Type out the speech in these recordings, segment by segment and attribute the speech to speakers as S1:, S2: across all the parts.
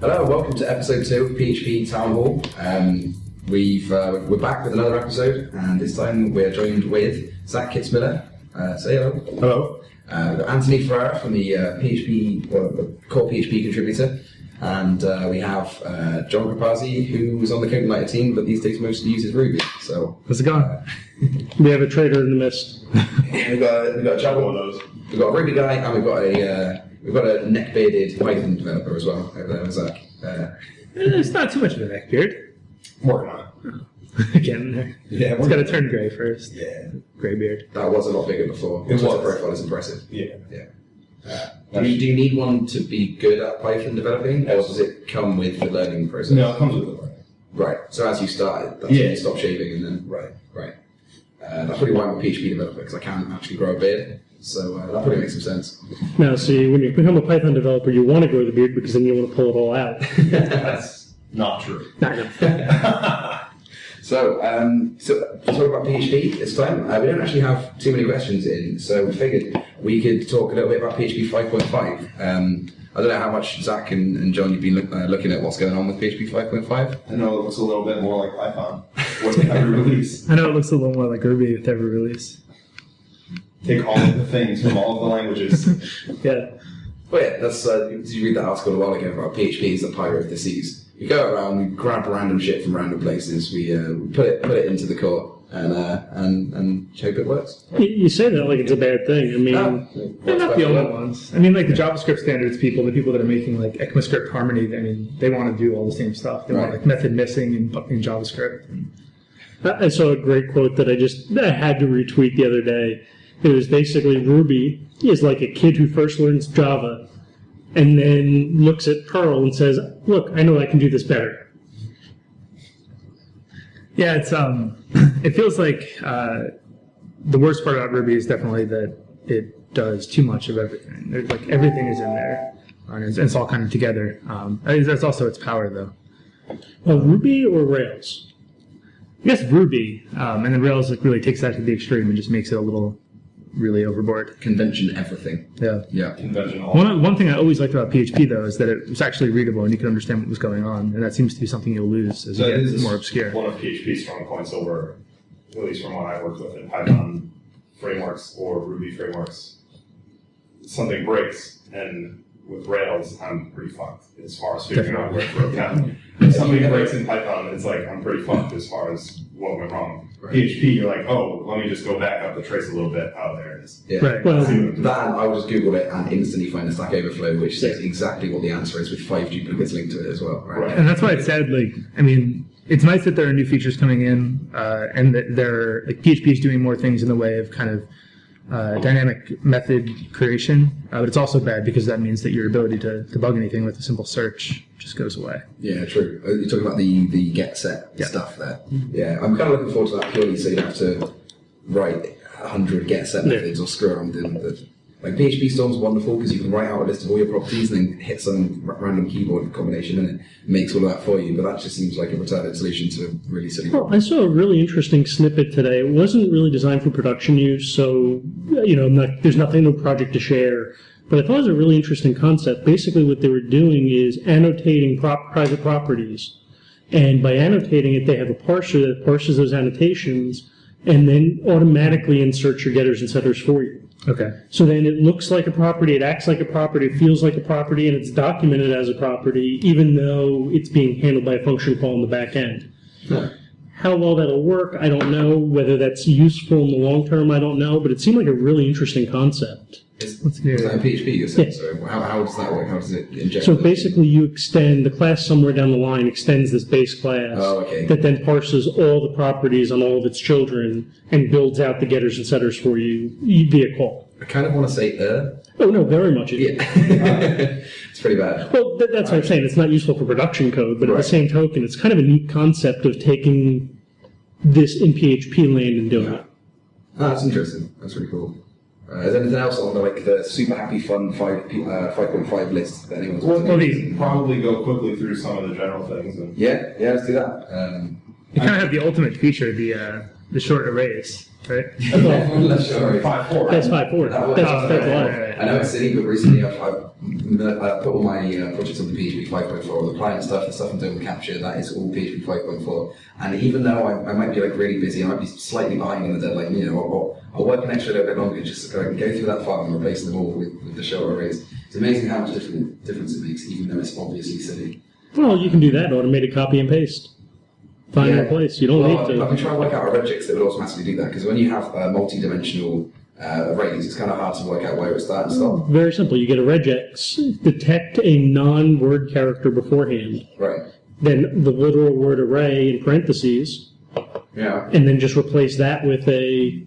S1: Hello, welcome to episode two of PHP Town Hall. Um, we've uh, we're back with another episode, and this time we're joined with Zach Kitzmiller. Uh, say hello.
S2: Hello.
S1: Uh, we've got Anthony Ferreira from the uh, PHP well, the core PHP contributor, and uh, we have uh, John Capazzi, who was on the Code United team, but these days mostly uses Ruby. So
S2: How's it going? We have a traitor in the midst.
S1: we've got we've got Java
S3: of those.
S1: We've got a Ruby guy and we've got a uh, we've got a neck bearded Python developer as well over there, Zach. Uh,
S2: It's not too much of a neck beard.
S3: Working on it.
S2: Again,
S1: yeah,
S2: it's got to turn gray first.
S1: yeah,
S2: Gray beard.
S1: that was a lot bigger before.
S3: It
S1: Twitter
S3: was.
S1: profile is impressive.
S3: Yeah.
S1: Do you, do you need one to be good at Python developing, or does it come with the learning process?
S3: No, it comes with the learning.
S1: Right. So as you started, that's when
S3: Yeah.
S1: you stop shaving, and then
S3: Right.
S1: right. Uh, that's probably why I'm a PHP developer because I can actually grow a beard. So uh, that probably makes some sense.
S4: Now, see, when you become a Python developer, you want to grow the beard because then you want to pull it all out.
S3: That's not true.
S4: Not gonna-
S1: So, um, so to talk about PHP this time, uh, we don't actually have too many questions in, so we figured we could talk a little bit about PHP 5.5. Um, I don't know how much Zach and, and John you've been look, uh, looking at what's going on with PHP 5.5.
S3: I know it looks a little bit more like Python with every release.
S2: I know it looks a little more like Ruby with every release.
S3: Take all of the things from all of the languages.
S2: Yeah.
S1: But yeah, that's, uh, did you read that article a while ago about PHP is the pirate of the seas? We go around, we grab random shit from random places, we, uh, we put it put it into the core, and uh, and and hope it works. Ah.
S4: You you say that like it's a bad thing. I mean,
S2: Oh. They're not the only ones. I mean, like the JavaScript standards people, the people that are making like ECMAScript Harmony, I mean, they want to do all the same stuff. They want
S1: Right.
S2: like method missing in, in JavaScript.
S4: I I saw a great quote that I just that I had to retweet the other day. It was basically Ruby is like a kid who first learns Java and then looks at Perl and says, "Look, I know I can do this better."
S2: Yeah, it's um, it feels like uh, the worst part about Ruby is definitely that it does too much of everything. There's like everything is in there, and it's, it's all kind of together. Um, I mean, that's also its power, though.
S4: Well, Ruby or Rails?
S2: I guess Ruby, um, and then Rails like really takes that to the extreme and just makes it a little really overboard.
S1: Convention everything.
S2: Yeah.
S1: Yeah.
S3: Conventional.
S2: One, one thing I always liked about PHP though is that it was actually readable and you could understand what was going on, and that seems to be something you'll lose as
S3: So
S2: you
S3: it
S2: get
S3: is
S2: more obscure.
S3: One of PHP's strong points over, at least from what I worked with in Python frameworks or Ruby frameworks, something breaks, and with Rails, I'm pretty fucked as far as figuring out where it broke down. If something breaks in Python, it's like I'm pretty fucked as far as what went wrong.
S1: Right.
S3: PHP, you're like, oh, let me just go back up the trace a little bit. Oh, there it is.
S1: Yeah.
S2: Right.
S4: Well,
S3: See what it is.
S1: That and I will just Google it and instantly find a Stack Overflow, which says
S4: Yeah.
S1: exactly what the answer is with five duplicates linked to it as well. Right.
S3: Right.
S2: And that's why it's sad. Like, I mean, it's nice that there are new features coming in, uh, and that there, like, PHP is doing more things in the way of kind of uh, dynamic method creation. Uh, but it's also bad because that means that your ability to debug anything with a simple search just goes away.
S1: Yeah, true. Uh, You're talking about the, the get set
S2: Yeah.
S1: stuff there. Yeah, I'm kind of looking forward to that purely so you don't have to write 100 get set
S4: Yeah.
S1: methods or screw around with them. The- Like PHP Storm's wonderful because you can write out a list of all your properties and then hit some r- random keyboard combination and it makes all of that for you. But that just seems like a retarded solution to a really silly problem.
S4: Well, I saw a really interesting snippet today. It wasn't really designed for production use, so you know, I'm not, there's nothing in the project to share. But I thought it was a really interesting concept. Basically, what they were doing is annotating prop- private properties, and by annotating it, they have a parser that parses those annotations and then automatically inserts your getters and setters for you.
S2: Okay.
S4: So then it looks like a property, it acts like a property, it feels like a property, and it's documented as a property, even though it's being handled by a function call in the back end.
S1: Yeah.
S4: How well that'll work, I don't know. Whether that's useful in the long term, I don't know. But it seemed like a really interesting concept.
S1: Is,
S2: Let's do
S1: is that in
S2: it.
S1: PHP, you said? So how, how does that work? How does it inject?
S4: So
S1: the-
S4: basically, you extend the class somewhere down the line, extends this base class
S1: Oh, okay.
S4: that then parses all the properties on all of its children and builds out the getters and setters for you via call.
S1: I kind of want to say er.
S4: Oh no, very much. it is.
S1: Yeah. it's pretty bad.
S4: Well, th- that's what I'm saying. It's not useful for production code, but at
S1: Right.
S4: the same token, it's kind of a neat concept of taking this in PHP land and doing it.
S1: Ah, that's interesting. That's really cool. Uh, is there anything else on the like the super happy fun five p- uh, five point five list that anyone's?
S3: Well,
S1: listening?
S3: we can probably go quickly through some of the general things and
S1: Yeah, yeah, let's do that. Um,
S2: You kind of have the ultimate feature, the uh, the short arrays, right?
S1: Sorry.
S3: Five four.
S4: That's five four.
S1: That was-
S4: That's
S1: uh,
S4: that's a lot.
S1: I know it's silly, but recently I've, I've I put all my uh, projects on the PHP 5.4, all the client stuff, the stuff I'm doing with Capture, that is all PHP 5.4. And even though I, I might be like really busy, I might be slightly behind on the deadline, you know, I'll, I'll work an extra little bit longer just so I can go through that file and replace them all with, with the show arrays. It's amazing how much different difference it makes, even though it's obviously silly.
S4: Well, you can do that, automated copy and paste. Find
S1: Yeah.
S4: your place. You don't
S1: Well,
S4: need
S1: I've
S4: to.
S1: been trying to work out regex that would automatically do that, because when you have uh, multi-dimensional uh, arrays, it's kind of hard to work out where it starts and stops.
S4: Very simple. You get a regex, detect a non word character beforehand,
S1: Right.
S4: then the literal word array in parentheses,
S1: Yeah.
S4: and then just replace that with a.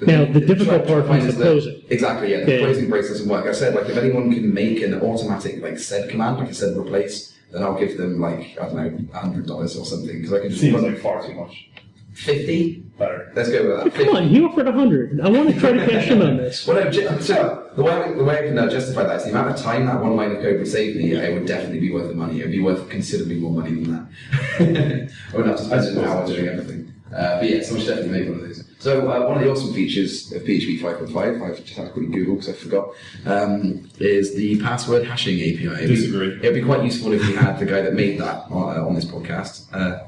S4: Now, the difficult part
S1: point
S4: is
S1: is
S4: the
S1: that-
S4: closing.
S1: Exactly, yeah. The
S4: Yeah.
S1: closing brace doesn't work. I said, like, if anyone can make an automatic, like, said command, like I said, replace, then I'll give them, like, I don't know, $100 or something, because I can
S3: It
S1: just
S3: seems
S1: run
S3: like far too much.
S1: 50
S3: Better.
S1: Let's go with that.
S4: Come
S1: 50.
S4: on, you offered 100. I want to try to cash in on this.
S1: Well, no, ju- so the way, I- the way I can uh, justify that is the amount of time that one line of code would save me, it would definitely be worth the money. It would be worth considerably more money than that. I wouldn't have to spend an hour doing everything. Uh, but yeah, someone should definitely make one of those. So uh, one of the awesome features of PHP 5.5, I've just had to quickly Google because I forgot, um, is the password hashing API.
S3: Disagree.
S1: It would be quite useful if you had the guy that made that on, uh, on this podcast. Uh,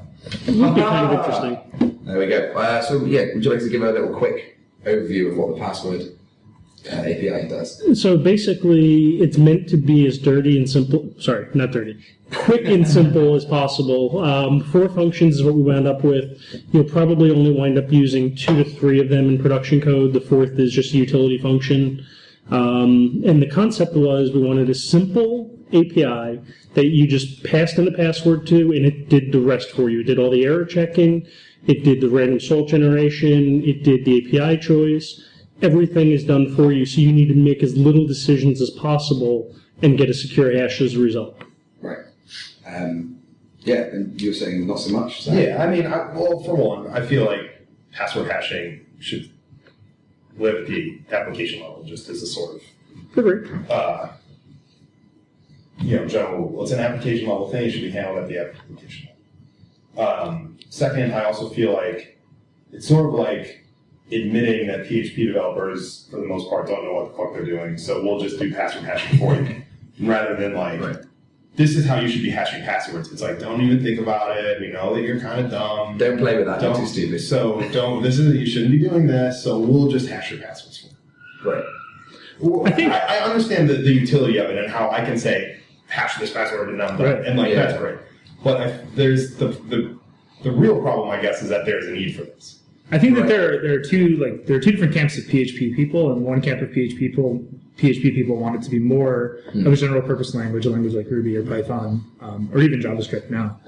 S4: It would be
S1: Ah.
S4: kind of interesting.
S1: there we go. Uh, so yeah, would you like to give a little quick overview of what the password uh, API does?
S4: So basically, it's meant to be as dirty and simple. Sorry, not dirty. Quick and simple as possible. Um, four functions is what we wound up with. You'll probably only wind up using two to three of them in production code. The fourth is just a utility function. Um, and the concept was we wanted a simple API that you just passed in a password to, and it did the rest for you. It did all the error checking, it did the random salt generation, it did the API choice everything is done for you, so you need to make as little decisions as possible and get a secure hash as a result.
S1: Right. Um, yeah, and you were saying not so much. So.
S3: Yeah, I mean, I, well, for one, I feel like password hashing should live at the application level just as a sort of uh, you know, general rule. It's an application level thing, it should be handled at the application level. Um, second, I also feel like it's sort of like admitting that PHP developers, for the most part, don't know what the fuck they're doing, so we'll just do password hashing for you. Rather than like,
S1: Right.
S3: this is how you should be hashing passwords. It's like, don't even think about it. We know that you're kind of dumb.
S1: Don't play with that. You're too
S3: Don't,
S1: stupid.
S3: so don't, this is, you shouldn't be doing this, so we'll just hash your passwords for you.
S1: Right.
S3: Well,
S4: I think-
S3: I, I understand the, the utility of it and how I can say hash this password and I'm done,
S4: Right.
S3: and like
S1: Yeah.
S3: that's great. But I, there's the, the the real problem, I guess, is that there's a need for this.
S2: I think
S1: Right.
S2: that there are, there are two like there are two different camps of PHP people, and one camp of PHP people PHP people want it to be more of a general purpose language, a language like Ruby or Python um, or even JavaScript now.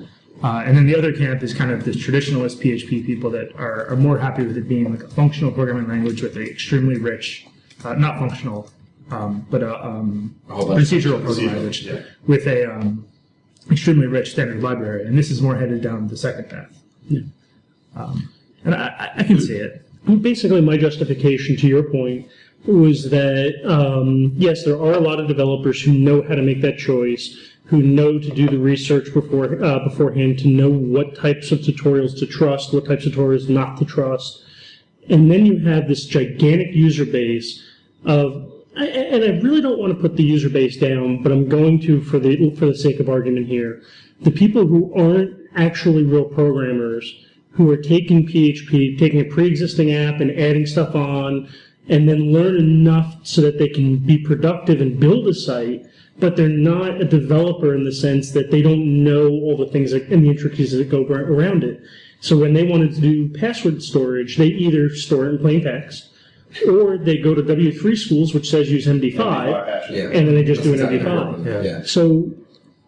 S2: Uh, and then the other camp is kind of the traditionalist PHP people that are, are more happy with it being like a functional programming language with an extremely rich, uh, not functional, um, but a um,
S1: A whole bunch of
S2: procedural programming
S3: Procedural,
S2: language
S3: yeah.
S2: with a um, extremely rich standard library. And this is more headed down the second path. Um, And I, I- I can see it.
S4: Basically, my justification to your point was that um, yes, there are a lot of developers who know how to make that choice, who know to do the research before uh, beforehand, to know what types of tutorials to trust, what types of tutorials not to trust. and then you have this gigantic user base of I- I- and I really don't want to put the user base down, but I'm going to for the for the sake of argument here. The people who aren't actually real programmers who are taking PHP, taking a pre-existing app and adding stuff on and then learn enough so that they can be productive and build a site, but they're not a developer in the sense that they don't know all the things that, and the intricacies that go ar- around it. So when they wanted to do password storage, they either store it in plain text, or they go to W3 schools, which says use MD5,
S1: Yeah.
S4: and then they just
S1: That's
S4: do an
S1: exactly
S4: MD5.
S1: right.
S2: Yeah.
S1: Yeah.
S4: So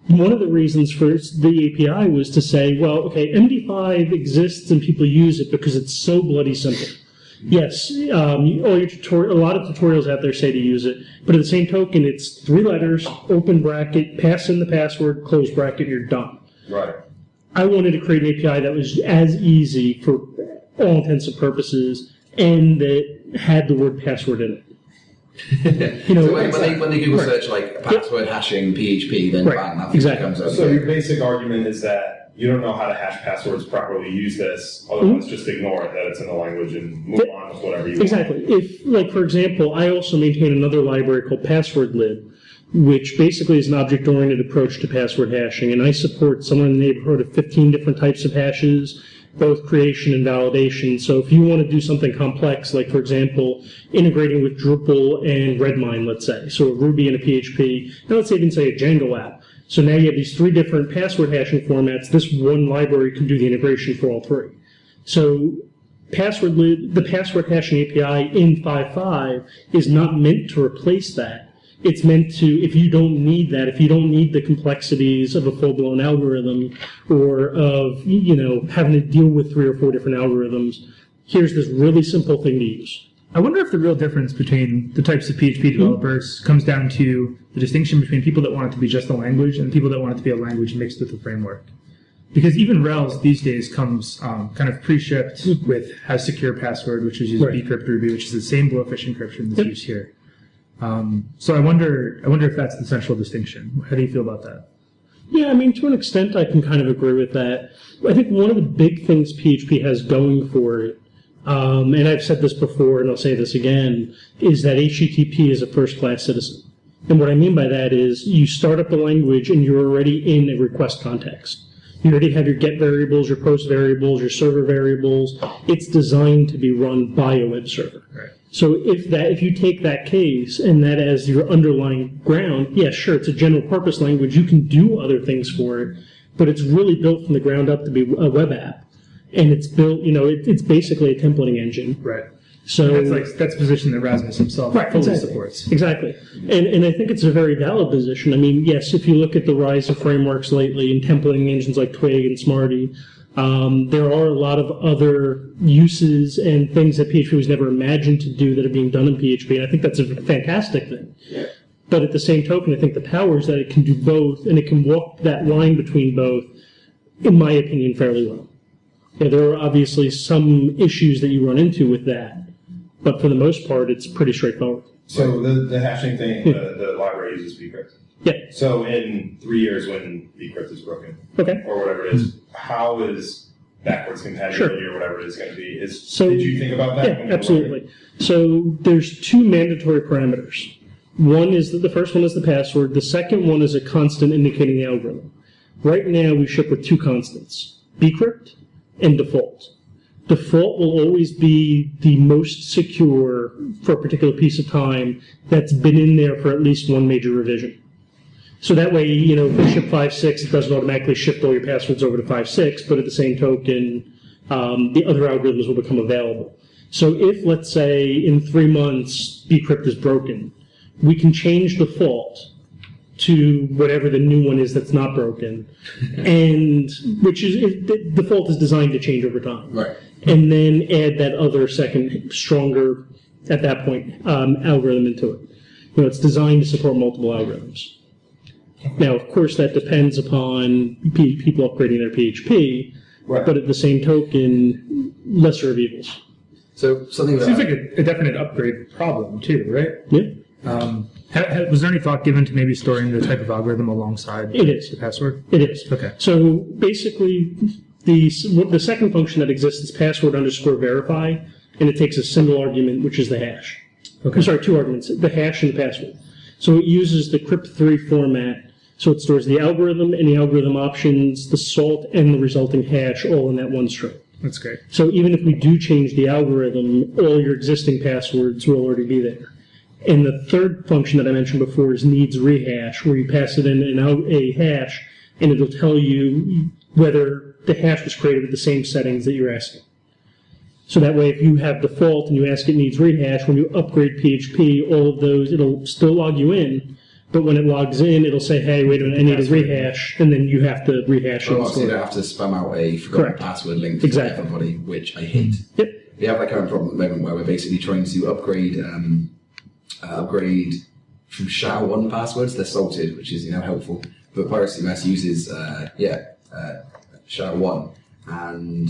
S4: one of the reasons for the API was to say, well, okay, MD5 exists and people use it because it's so bloody simple. Yes, um, all your tutorial, a lot of tutorials out there say to use it, but at the same token, it's three letters, open bracket, pass in the password, close bracket, you're done.
S3: Right.
S4: I wanted to create an API that was as easy for all intents and purposes, and that had the word password in it. You know,
S1: so when, when they when they Google
S4: Right.
S1: search like password hashing PHP, then
S4: Right.
S1: bang, that thing
S4: Exactly.
S1: comes up.
S3: So your basic argument is that you don't know how to hash passwords properly, use this. Otherwise, just ignore it that it's in the language and move on with whatever you want.
S4: Mm-hmm. Exactly. If, like, for example, I also maintain another library called PasswordLib, which basically is an object-oriented approach to password hashing, and I support somewhere in the neighborhood of 15 different types of hashes, both creation and validation. So if you want to do something complex, like, for example, integrating with Drupal and Redmine, let's say, so a Ruby and a PHP, and let's even say a Django app. So now you have these three different password hashing formats. This one library can do the integration for all three. So password lib, the password hashing API in 5.5 is not meant to replace that. It's meant to, if you don't need that, if you don't need the complexities of a full-blown algorithm or of, you know, having to deal with three or four different algorithms, here's this really simple thing to use.
S2: I wonder if the real difference between the types of PHP developers comes down to the distinction between people that want it to be just a language and people that want it to be a language mixed with a framework. Because even Rails these days comes um, kind of pre-shipped with how secure password, which is used
S4: Right.
S2: bcrypt Ruby, which is the same blowfish encryption that's used here. Um, so I wonder, I wonder if that's the central distinction. How do you feel about that?
S4: Yeah, I mean, to an extent, I can kind of agree with that. I think one of the big things PHP has going for it, um, and I've said this before and I'll say this again, is that HTTP is a first class citizen. And what I mean by that is you start up a language and you're already in a request context. You already have your get variables, your post variables, your server variables. It's designed to be run by a web server.
S2: Right.
S4: So if that if you take that case and that as your underlying ground, yes, sure, it's a general purpose language. You can do other things for it, but it's really built from the ground up to be a web app, and it's built. You know, it, it's basically a templating engine.
S2: Right.
S4: So
S2: That's like that's a position that Rasmus himself fully
S4: exactly.
S2: supports.
S4: Exactly. And, and I think it's a very valid position. I mean, yes, if you look at the rise of frameworks lately and templating engines like Twig and Smarty, um, there are a lot of other uses and things that PHP was never imagined to do that are being done in PHP. And I think that's a fantastic thing. But at the same token, I think the power is that it can do both and it can walk that line between both, in my opinion, fairly well. Yeah, there are obviously some issues that you run into with that, but for the most part, it's pretty straightforward.
S3: So the, the hashing thing, the, the library uses bcrypt.
S4: Yeah.
S3: So in three years, when bcrypt is broken
S4: Okay.
S3: or whatever it is, how is backwards compatibility or whatever it is going to be? Is
S4: So-
S3: did you think about that? when you
S4: Yeah,
S3: were
S4: absolutely. So there's two mandatory parameters. One is that the first one is the password. The second one is a constant indicating the algorithm. Right now, we ship with two constants: bcrypt and default. Default will always be the most secure for a particular piece of time that's been in there for at least one major revision. So that way, you know, if we ship five six, it doesn't automatically shift all your passwords over to five six. But at the same token, um, the other algorithms will become available. So if, let's say, in three months, bcrypt is broken, we can change default to whatever the new one is that's not broken, and which is it, the default is designed to change over time
S1: Right.
S4: and then add that other second stronger at that point um, algorithm into it. You know, it's designed to support multiple algorithms. Now, of course, that depends upon p- people upgrading their PHP,
S1: Right.
S4: but at the same token, lesser of evils.
S1: So something
S2: Seems
S1: that
S2: like a, a definite upgrade problem too, right?
S4: Yeah.
S2: Um, ha- ha- was there any thought given to maybe storing the type of algorithm alongside
S4: It is.
S2: the password?
S4: It is.
S2: Okay.
S4: So basically, the the second function that exists is password underscore verify, and it takes a single argument, which is the hash.
S2: Okay.
S4: I'm sorry, two arguments: the hash and the password. So it uses the crypt3 format. So it stores the algorithm and the algorithm options, the salt, and the resulting hash all in that one string.
S2: That's great.
S4: So even if we do change the algorithm, all your existing passwords will already be there. And the third function that I mentioned before is needs rehash, where you pass it in an al- a hash, and it'll tell you whether the hash was created with the same settings that you're asking. So that way, if you have default and you ask it needs rehash, when you upgrade PHP, all of those, it'll still log you in. But when it logs in, it'll say, hey, wait a minute, I need a rehash, and then you have to rehash
S1: Well, obviously,
S4: and store
S1: you
S4: it.
S1: don't have to spam out a forgotten
S4: Correct.
S1: password link to
S4: Exactly.
S1: everybody, which I hate.
S4: Yep.
S1: We have that current problem at the moment where we're basically trying to upgrade um, uh, upgrade from SHA one passwords. They're salted, which is you know helpful. But Piracy Mess uses uh, yeah uh, SHA one, and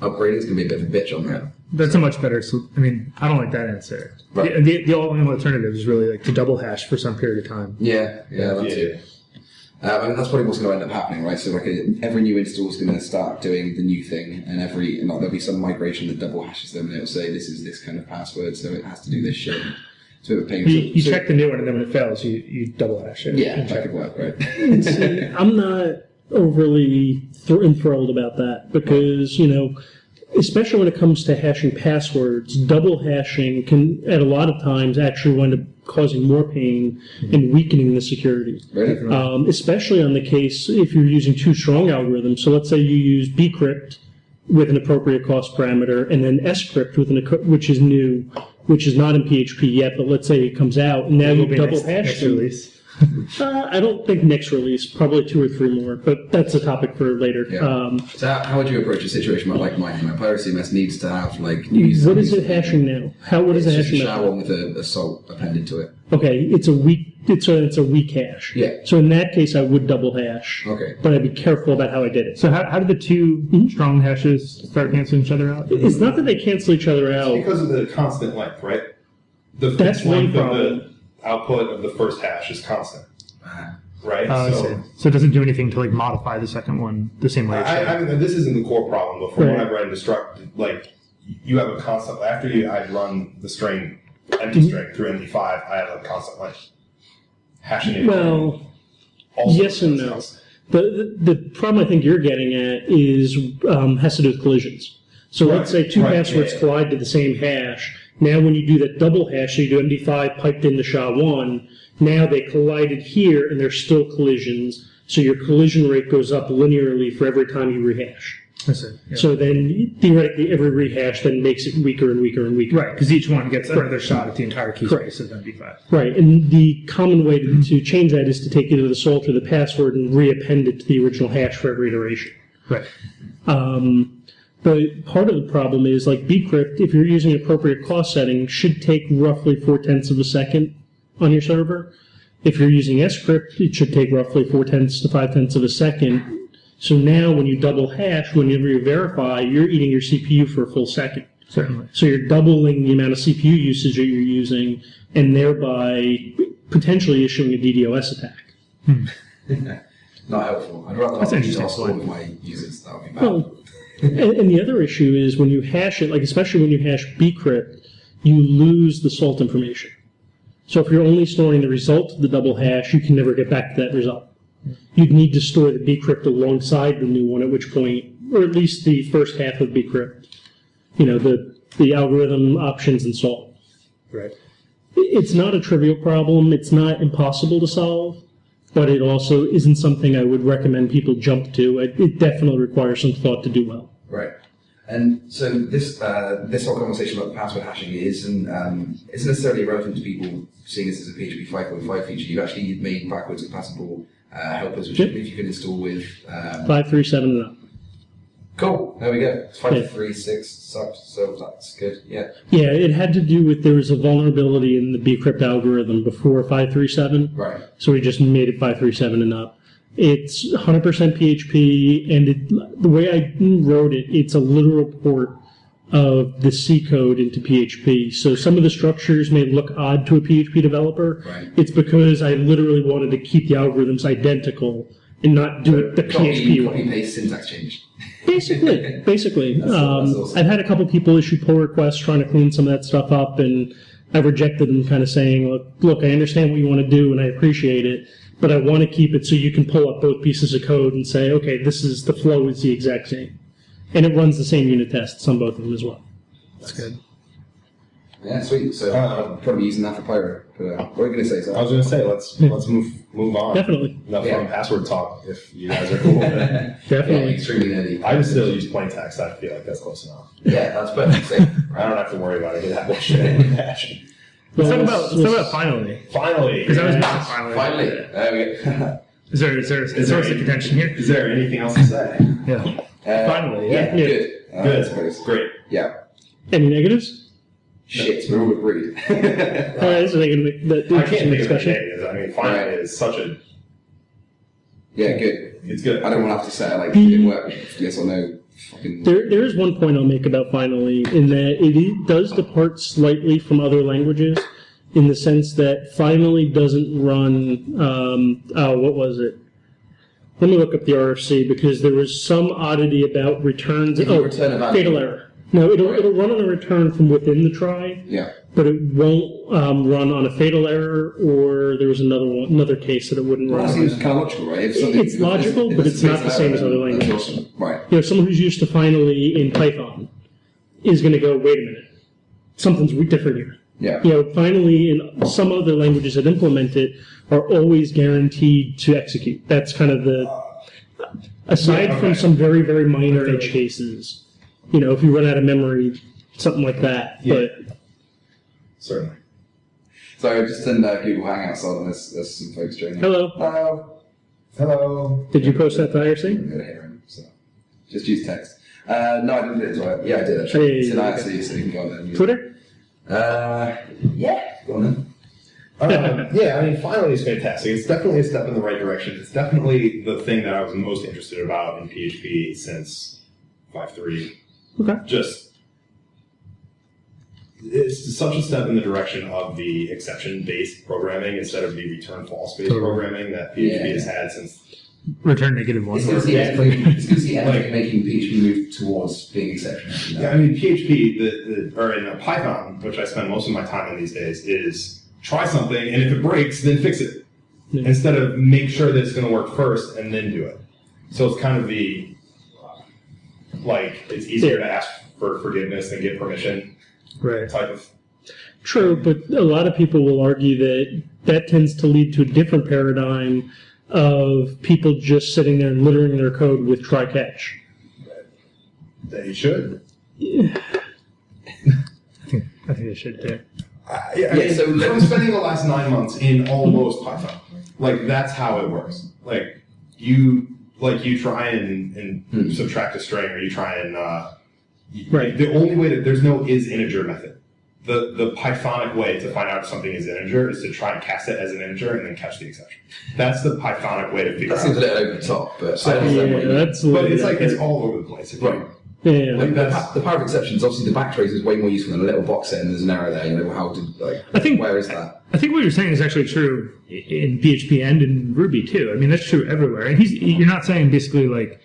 S1: upgrading is going to be a bit of a bitch on that.
S2: That's a much better. So, I mean, I don't like that answer.
S1: Right.
S2: The, the, the only alternative is really like to double hash for some period of time.
S1: Yeah, yeah,
S3: Doing?
S1: that's
S3: Yeah.
S1: it. Um, and that's probably what's going to end up happening, right? So like a, every new install is going to start doing the new thing, and every and like, there'll be some migration that double hashes them, and it'll say this is this kind of password, so it has to do this shit. It's a bit of a pain.
S2: You,
S1: So-
S2: you
S1: so-
S2: check the new one, and then when it fails, you, you double hash it.
S1: Yeah,
S2: and
S1: that
S2: check
S1: could
S2: it.
S1: work, right?
S4: See, I'm not overly thr enthralled about that because you know, especially when it comes to hashing passwords, double hashing can at a lot of times actually wind up causing more pain and weakening the security.
S1: Right?
S4: Um, especially on the case if you're using too strong algorithms. So let's say you use bcrypt with an appropriate cost parameter, and then scrypt with an acco- which is new, which is not in PHP yet, but let's say it comes out, and now
S2: It will
S4: you
S2: be
S4: double
S2: next-
S4: hash
S2: next
S4: them.
S2: release.
S4: Uh, I don't think next release, probably two or three more, but that's a topic for later.
S1: Yeah.
S4: Um,
S1: So how, how would you approach a situation like mine? My piracy mess needs to have like new
S4: what is it hashing now? How what is
S1: It's
S4: it
S1: just a
S4: hashing
S1: shower
S4: now?
S1: with a, a salt appended to it.
S4: Okay, it's a weak it's a it's a weak hash.
S1: Yeah.
S4: So in that case, I would double hash.
S1: Okay.
S4: But I'd be careful about how I did it.
S2: So how, how did the 2 strong hashes start canceling each other out?
S4: It's not that they cancel each other out.
S3: Because of the constant length, right? The
S4: That's
S3: fixed length
S4: one
S3: of the output of the first hash is constant,
S1: Ah.
S3: right?
S2: Oh, I see.
S3: so
S2: So it doesn't do anything to like modify the second one the same way. it
S3: I,
S2: should.
S3: I mean, this isn't the core problem, but from
S4: Right.
S3: what I've read in Destruct, like, you have a constant, after you, I run the string,
S4: Mm-hmm.
S3: empty string through MD5, I have a constant length. Hashing it.
S4: Well,
S3: all sorts
S4: yes and
S3: of
S4: no.
S3: things.
S4: The, the the problem I think you're getting at is um, has to do with collisions. So let's say
S3: Right,
S4: two
S3: right,
S4: passwords
S3: yeah.
S4: collide to the same hash. Now, when you do that double hash, so you do MD5 piped into SHA-1, now they collided here and there's still collisions. So your collision rate goes up linearly for every time you rehash.
S2: I see. Yeah.
S4: So then theoretically, every rehash then makes it weaker and weaker and weaker.
S2: Right, because each one gets another shot at the entire key space of MD5.
S4: Right, and the common way to, to change that is to take either the salt or the password and reappend it to the original hash for every iteration.
S2: Right.
S4: Um, but part of the problem is like bcrypt, if you're using appropriate cost setting, should take roughly four tenths of a second on your server. If you're using scrypt, it should take roughly four tenths to five tenths of a second. So now when you double hash, whenever you verify, you're eating your CPU for a full second.
S2: Certainly.
S4: So you're doubling the amount of CPU usage that you're using and thereby potentially issuing a DDoS attack.
S1: Not helpful. I'd rather
S2: That's
S1: not
S2: an
S1: just
S2: interesting
S1: ask all
S2: point.
S1: of my users. That would be bad.
S4: Well, and, and the other issue is when you hash it, like especially when you hash bcrypt, you lose the salt information. So if you're only storing the result of the double hash, you can never get back to that result. You'd need to store the bcrypt alongside the new one, at which point, or at least the first half of bcrypt, you know, the, the algorithm options and salt.
S2: Right.
S4: It's not a trivial problem. It's not impossible to solve, but it also isn't something I would recommend people jump to. It, it definitely requires some thought to do well.
S1: Right. And so this uh, this whole conversation about password hashing isn't um, isn't necessarily relevant to people seeing this as a PHP 5.5 feature. You've actually made backwards compatible uh, helpers, which I
S4: Yep.
S1: believe you can install with. Um,
S4: Five, three, seven, and up.
S1: cool. There we go. It's five
S4: Yeah.
S1: three six subs, so that's good. Yeah.
S4: Yeah, it had to do with there was a vulnerability in the bcrypt algorithm before five, three, seven.
S1: Right.
S4: So we just made it 537 and up. It's 100% PHP, and it, the way I wrote it, it's a literal port of the C code into PHP. So some of the structures may look odd to a PHP developer.
S1: Right.
S4: It's because I literally wanted to keep the algorithms identical and not do it the
S1: Copy,
S4: PHP way.
S1: copy paste syntax change.
S4: Basically, basically.
S1: That's-
S4: um,
S1: that's awesome.
S4: I've had a couple people issue pull requests trying to clean some of that stuff up, and I rejected them, kind of saying, "Look, look, I understand what you want to do, and I appreciate it, but I want to keep it so you can pull up both pieces of code and say, okay, this is the flow is the exact same, and it runs the same unit tests on both of them as well."
S2: That's good.
S1: Yeah, sweet. So
S3: Uh,
S1: probably using that for Pyro. But uh, what are you gonna say? Sam?
S3: I was going to say, let's let's move move on.
S4: Definitely,
S3: Enough
S1: Yeah.
S3: from password talk, if you guys are cool with it.
S1: Yeah,
S4: definitely.
S1: extremely nerdy.
S3: I would still use plain text. I feel like that's close enough.
S1: Yeah, that's perfect. Safe.
S3: I don't have to worry about it. That bullshit in my passion.
S2: Let's
S4: Well,
S2: talk about, let's
S4: let's-
S2: talk about finally.
S3: Finally,
S2: Because I was
S4: Yes.
S2: finally.
S1: Finally, there we go.
S2: Is there, is there a
S3: Is
S2: source
S3: there
S2: of contention here?
S3: is there anything else to say?
S2: Yeah.
S1: Uh,
S2: Finally, yeah.
S4: Yeah.
S1: Good. Uh, I
S3: Good,
S1: suppose.
S3: great.
S1: Yeah.
S4: Any negatives?
S1: Shit, we're all agreed.
S2: Uh,
S4: All right, this is going to make that
S3: I can't
S4: interesting
S3: think of any
S4: discussion.
S3: negatives. I mean, finally is such a.
S1: yeah, good.
S3: It's good.
S1: I don't want to have to say like did it work? Yes or no? Fucking.
S4: There, there is one point I'll make about finally in that it i- does depart slightly from other languages in the sense that finally doesn't run, um, oh, what was it? Let me look up the RFC because there was some oddity about returns.
S1: If you
S4: oh,
S1: return a value.
S4: fatal error. No, it'll, it'll run on a return from within the try,
S1: Yeah.
S4: but it won't um, run on a fatal error. Or there was another one, another case that it wouldn't
S1: Well,
S4: run.
S1: that
S4: on.
S1: seems kind of logical, right? If
S4: It-
S1: something-
S4: it's logical, but it's not the same as other
S1: that's
S4: languages.
S1: awesome. Right.
S4: You know, someone who's used to finally in Python is going to go, wait a minute, something's different here.
S1: Yeah.
S4: you know, finally, in some other languages that implement it, are always guaranteed to execute. That's kind of the, aside
S3: Yeah, okay.
S4: from some very, very minor edge cases, you know, if you run out of memory, something like that.
S3: Yeah.
S4: But
S3: Certainly.
S1: So just in uh, Google Hangouts on there's, there's some folks joining.
S4: hello,
S1: Hello. Hello.
S4: did you post that to IRC?
S1: I'm gonna hear him, so just use text. Uh, no, I didn't do it. Right? Yeah, I did
S4: Hey,
S1: actually. Tonight,
S4: okay.
S1: so, you, so you can go on there. and use it.
S4: Twitter?
S1: Uh, yeah. Go on then.
S3: Um, yeah, I mean, finally is fantastic. It's definitely a step in the right direction. It's definitely the thing that I was most interested about in PHP since 5.3.
S4: Okay.
S3: Just, it's such a step in the direction of the exception-based programming instead of the return false-based
S2: Totally.
S3: programming that PHP
S1: Yeah.
S3: has had since.
S2: Return negative one.
S1: It's good to see
S3: Yeah.
S1: everything. It's good to see everything
S3: Like-
S1: making PHP move towards being exceptional. you know?
S3: Yeah, I mean, PHP, the, the, or in uh, Python, which I spend most of my time on these days, is try something, and if it breaks, then fix it.
S4: Yeah.
S3: Instead of make sure that it's going to work first and then do it. So it's kind of the like it's easier to ask for forgiveness than get permission
S2: Right.
S3: type of
S4: True, but a lot of people will argue that that tends to lead to a different paradigm of people just sitting there and littering their code with try catch.
S3: that you should.
S2: I think I should do.
S3: Uh, yeah, I
S1: Yeah,
S3: mean,
S1: so-
S3: from spending the last nine months in almost Python, like that's how it works. Like you, like you try and, and
S1: Hmm.
S3: subtract a string, or you try and uh, you-
S4: Right.
S3: The only way that there's no is integer method. The the Pythonic way to find out if something is integer is to try and cast it as an integer and then catch the exception. That's the Pythonic way to figure
S1: That seems a
S3: out.
S1: little over the top, but
S3: So-
S1: I understand what
S4: Yeah,
S1: you mean.
S4: that's a
S3: But
S4: little
S3: it's
S4: bit
S3: like
S4: out
S3: it's
S4: there.
S3: all over the place. If you-
S1: Right.
S4: Yeah.
S1: Like, the,
S3: That's-
S1: pa- the power of exceptions, obviously, the backtrace is way more useful than a little box set and there's an error there. You know, how did like?
S2: I think-
S1: where is that?
S2: I think what you're saying is actually true i- in PHP and in Ruby too. I mean, that's true everywhere. And he's, you're not saying basically like,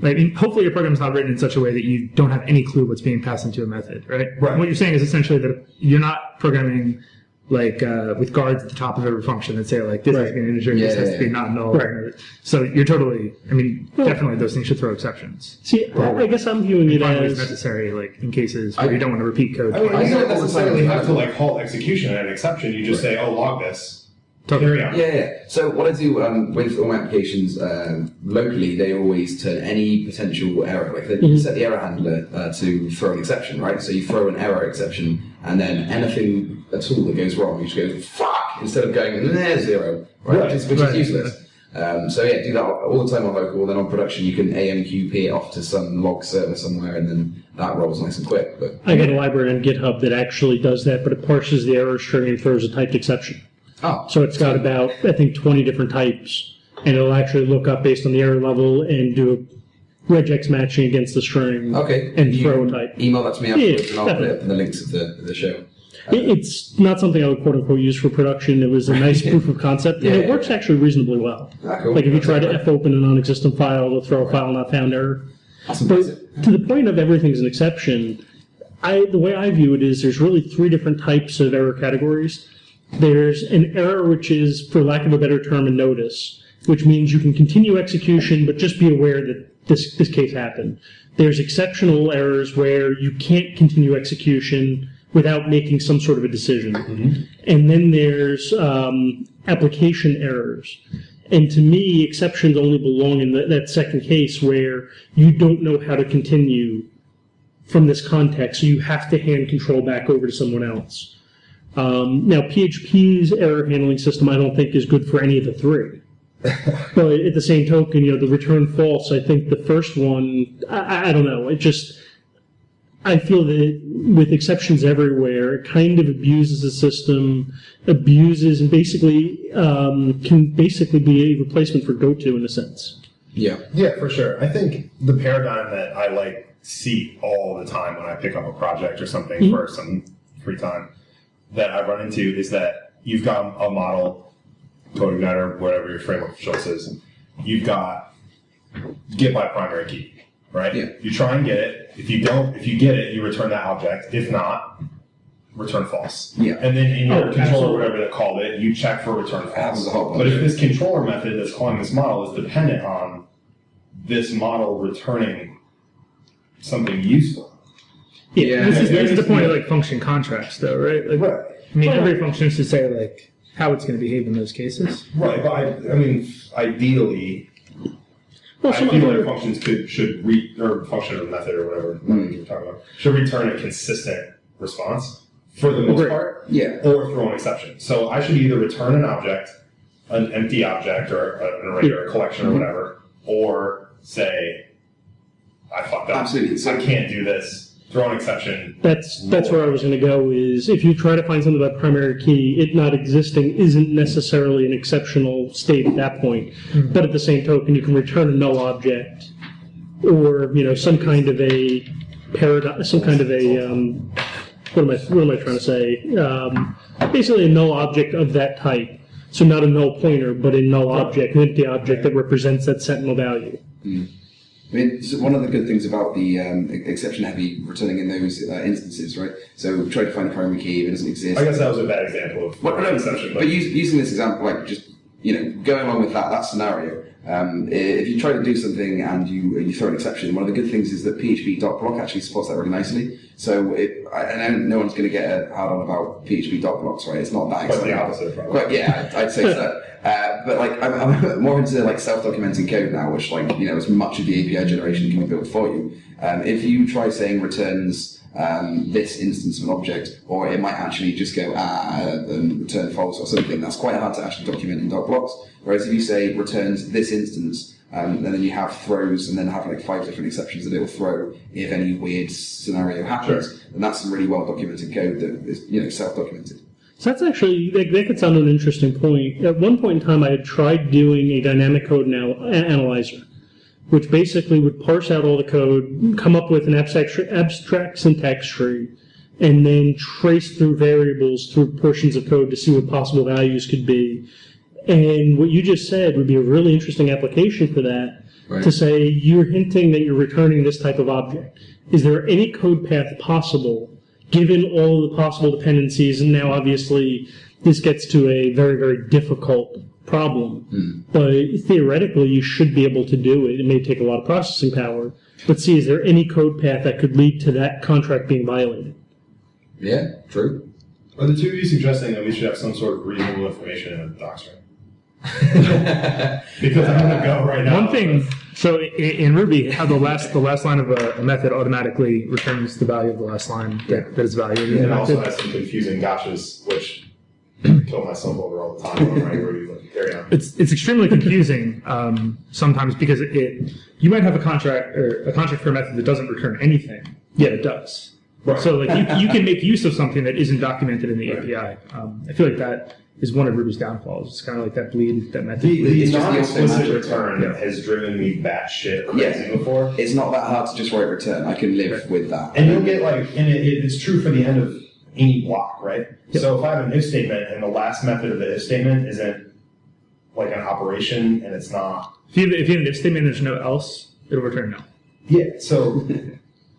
S2: like I mean, hopefully your program's not written in such a way that you don't have any clue what's being passed into a method, right?
S3: Right.
S2: What you're saying is essentially that you're not programming like uh, with guards at the top of every function that say like this has to be an integer, this
S1: Yeah,
S2: has
S1: yeah,
S2: to be
S1: yeah.
S2: not null.
S4: Right.
S2: So you're totally. I mean, definitely those things should throw exceptions.
S4: See, I I guess I'm viewing it
S2: Finally, it's
S4: as
S2: necessary, like in cases where
S1: I-
S2: you don't want to repeat code.
S3: I mean,
S1: I
S3: you
S1: know
S3: don't
S1: all the
S3: necessarily
S1: time.
S3: have to like halt execution at an exception. You just say, "Oh, log this."
S2: Totally.
S3: Carry on.
S1: Yeah, yeah. So what I do um, with all my applications um, locally, they always turn any potential error. Like they
S4: Mm-hmm.
S1: set the error handler uh, to throw an exception, right? So you throw an error exception, and then anything at all that goes wrong, you just go fuck instead of going there's zero, right?
S3: Right,
S1: Which is, which
S2: right.
S1: is useless. Um, so yeah, do that all the time on local. Then on production, you can AMQP it off to some log server somewhere, and then that rolls nice and quick. But
S4: I got a library on GitHub that actually does that, but it parses the error string and throws a typed exception.
S1: oh,
S4: So it's got about I think 20 different types, and it'll actually look up based on the error level and do a regex matching against the string
S1: okay.
S4: and
S1: You
S4: throw a type.
S1: Email that to me afterwards, and I'll put it
S4: definitely.
S1: up in the links of the of the show.
S4: It- It's not something I would quote unquote use for production. It was a nice proof of concept, and
S1: Yeah,
S4: it
S1: yeah,
S4: works actually reasonably well.
S1: Ah, cool.
S4: Like if you try to f open a non-existent file, it'll throw a file not found error.
S1: That's impressive.
S4: But to the point of everything's an exception, I the way I view it is there's really three different types of error categories. There's an error which is, for lack of a better term, a notice, which means you can continue execution, but just be aware that this this case happened. There's exceptional errors where you can't continue execution without making some sort of a decision. And then there's um, application errors. And to me, exceptions only belong in that that second case where you don't know how to continue from this context, so you have to hand control back over to someone else. Um, now, PHP's error handling system, I don't think, is good for any of the three. but at the same token, you know, the return false, I think the first one, I, I- I don't know, it just. I feel that with exceptions everywhere, it kind of abuses the system, abuses, and basically um, can basically be a replacement for GoTo in a sense.
S1: Yeah.
S3: Yeah, for sure. I think the paradigm that I like see all the time when I pick up a project or something for some free time that I run into is that you've got a model, code igniter, whatever your framework of choice is, you've got get by primary key, right?
S1: Yeah.
S3: You try and get it. If you don't, if you get it, you return that object. If not, return false.
S1: Yeah.
S3: And then in
S4: Oh,
S3: your controller,
S4: absolutely.
S3: whatever that called it, you check for return
S1: This is
S3: false.
S1: a whole bunch.
S3: But if this controller method that's calling this model is dependent on this model returning something useful,
S1: Yeah,
S2: this is
S3: yeah,
S2: this is
S3: yeah.
S2: the point of like function contracts, though, right? Like,
S3: Right.
S2: I mean, every function should say like how it's going to behave in those cases.
S3: right? But I, I mean, ideally,
S4: Well,
S3: I
S4: some
S3: feel like
S4: other-
S3: functions could should re or function or method or whatever
S1: Mm.
S3: you're talking about should return a consistent response for the most
S2: Right.
S3: part,
S1: Yeah.
S3: or throw an exception. So I should either return an object, an empty object or an array or a collection
S1: Mm-hmm.
S3: or whatever, or say I fucked up.
S1: Absolutely. So-
S3: I can't do this. Throw an exception.
S4: That's that's where I was going to go. Is if you try to find something about primary key, it not existing isn't necessarily an exceptional state at that point. But at the same token, you can return a null object, or you know some kind of a paradigm, some kind of a um, what am I what am I trying to say? Um, basically, a null object of that type. So not a null pointer, but a null object, an empty object that represents that sentinel value.
S1: I mean, so one of the good things about the um, e- exception heavy returning in those uh, instances, right? So try to find a primary key if it doesn't exist.
S3: I guess that was a bad example of
S1: Well, no,
S3: an exception.
S1: but us- using this example, like just you know, going along with that that scenario, um, i- if you try to do something and you you throw an exception, one of the good things is that PHP.block actually supports that really nicely. So it, I, I know no one's going to get a hard on about PHP.blocks, right? It's not that
S3: Quite the
S1: exciting.
S3: opposite, probably.
S1: Quite- yeah, I'd, I'd say so. Uh, but like, I'm, I'm more into like self-documenting code now, which like you know, as much of the API generation can be built for you. Um, if you try saying returns um, this instance of an object, or it might actually just go ah and return false or something, that's quite hard to actually document in dot blocks. Whereas if you say returns this instance, um, and then you have throws, and then have like five different exceptions that it will throw if any weird scenario happens, and that's some really well documented code that is you know self-documented.
S4: So that's actually that, that gets on to an interesting point. At one point in time, I had tried doing a dynamic code anal- a- analyzer, which basically would parse out all the code, come up with an abstract, abstract syntax tree, and then trace through variables through portions of code to see what possible values could be. And what you just said would be a really interesting application for that
S1: Right.
S4: to say you're hinting that you're returning this type of object. Is there any code path possible given all the possible dependencies? And now, obviously, this gets to a very, very difficult problem. But theoretically, you should be able to do it. It may take a lot of processing power. But see, is there any code path that could lead to that contract being violated?
S1: Yeah, true.
S3: Are the two of you suggesting that we should have some sort of reasonable information in a doctrine? Because I'm gonna go right now.
S2: One thing, so i- in Ruby, how the last the last line of a, a method automatically returns the value of the last line that, that is valued in the
S3: And also
S2: method.
S3: has some confusing gotchas, which kill myself over all the time when I'm writing Ruby, but carry on.
S2: It's it's extremely confusing um, sometimes because it, it you might have a contract or a contract for a method that doesn't return anything, yet it does.
S3: Right.
S2: So like you, you can make use of something that isn't documented in the
S3: Right.
S2: API. Um, I feel like that is one of Ruby's downfalls. It's kind of like that bleed that method.
S3: The,
S1: It's just
S3: the
S1: the old
S3: non-explicit
S1: magic.
S3: return
S2: Yeah.
S3: has driven me batshit
S1: Yeah.
S3: crazy before.
S1: It's not that hard to just write return. I can live with that.
S3: And you'll get like, and it, it- it's true for the end of any block, right? So if I have an if statement and the last method of the if statement isn't like an operation and it's not
S2: If you have, if you have an if statement, there's no else. It'll return no.
S3: Yeah, so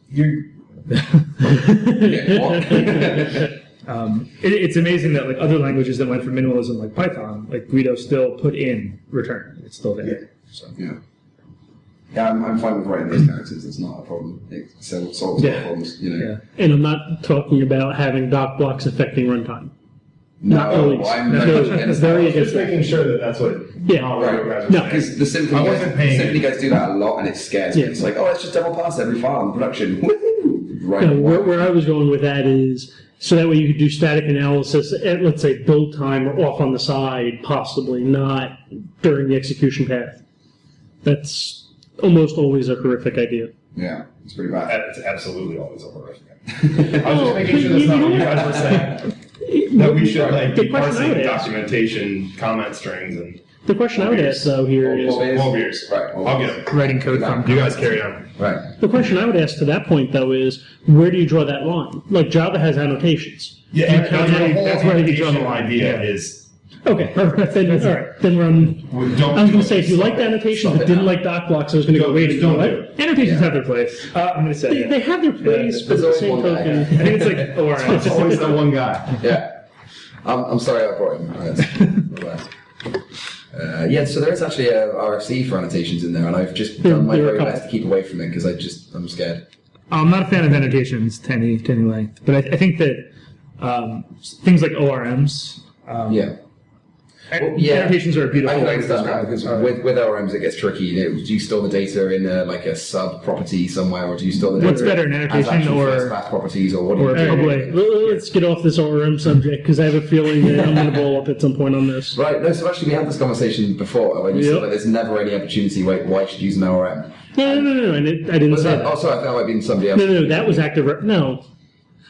S3: you're
S1: Yeah, what?
S2: Um, it, it's amazing that like other languages that went for minimalism, like Python, like Guido still put in return. It's still there. So
S1: yeah. Yeah, I'm, I'm fine with writing those characters. It's not a problem. It sol- solves a lot of
S2: Yeah.
S1: problems, you know.
S2: yeah,
S4: And I'm not talking about having doc blocks affecting runtime. Not
S1: No,
S4: always.
S1: I'm
S2: No,
S1: very much against
S4: very
S1: that.
S4: against-
S3: just making sure that that's what
S4: Yeah.
S3: not what you guys are
S4: No,
S3: saying.
S1: Because the Symphony,
S3: I
S1: guys,
S3: wasn't paying-
S1: Symphony guys do that a lot, and it scares me.
S4: Yeah.
S1: It's like, oh, let's just double pass every file in production. Woohoo! Right.
S4: No, where, where I was going with that is so that way you could do static analysis at, let's say, build time or off on the side, possibly not during the execution path. That's almost always a horrific idea.
S1: Yeah, it's pretty bad.
S3: It's absolutely always a horrific. I was just making sure that's
S4: Oh, You know
S3: not what you
S4: what?
S3: guys were saying. That we should like
S4: The
S3: be
S4: question I would
S3: parsing
S4: ask-
S3: documentation, comment strings, and
S4: The question I would ask, though,
S3: Oh,
S4: here is
S1: Well, well,
S3: all beers.
S1: Right, well,
S3: I'll get them.
S2: writing code from
S3: You guys carry on.
S1: Right.
S4: the question I would ask to that point, though, is where do you draw that line? Like Java has annotations.
S3: Yeah,
S4: You
S3: and,
S4: count
S3: and the
S4: how-
S3: whole
S2: that's where you draw the
S3: annotation
S2: line.
S3: idea
S2: Yeah.
S3: is
S4: Okay, perfect. Then, all right, then we're on.
S3: Well, don't
S4: I was
S3: do
S4: going
S3: it.
S4: to say, if you liked annotations
S1: Stop
S4: but
S1: it
S4: didn't
S1: now.
S4: like doc blocks, I was going to go,
S3: Don't-
S4: wait a
S3: just
S4: minute.
S3: don't do
S4: what? Annotations have their place.
S5: Uh, I'm gonna say
S4: They,
S5: it.
S4: they have their place,
S1: Yeah,
S4: but at the
S1: there's
S4: same
S1: always one guy, yeah.
S4: token.
S5: I think it's like orange.
S4: It's always
S5: that one guy.
S1: yeah. I'm, I'm sorry I brought him. Uh, yeah, so there is actually a RFC for annotations in there, and I've just done my
S4: There are a
S1: very
S4: couple.
S1: best to keep away from it because I just I'm scared.
S2: I'm not a fan of annotations to any, to any length, but I, I think that um, things like ORMs, um,
S1: Yeah, Well, yeah.
S2: yeah. annotations are a
S1: I
S2: beautiful.
S1: can
S2: way to
S1: understand that
S2: describe
S1: because
S2: art.
S1: with with LRMs it gets tricky. You know, do you store the data in uh, like a sub property somewhere, or do you store the data
S2: What's better, an
S1: as
S2: annotation
S1: actual
S2: or-
S1: first pass properties, or what? do you
S2: or-
S1: do?
S4: All
S2: Probably.
S4: right, let- let's get off this ORM subject because I have a feeling that I'm going to blow up at some point on this.
S1: Right, no, so actually we had this conversation before when you
S4: Yep.
S1: said that there's never any opportunity, why, why should you use an ORM?
S4: No, no, no, no, no. I didn't- I didn't
S1: Was
S4: say
S1: that,
S4: that.
S1: oh, sorry, I thought it might be somebody else.
S4: No, no, that was active. Re- no,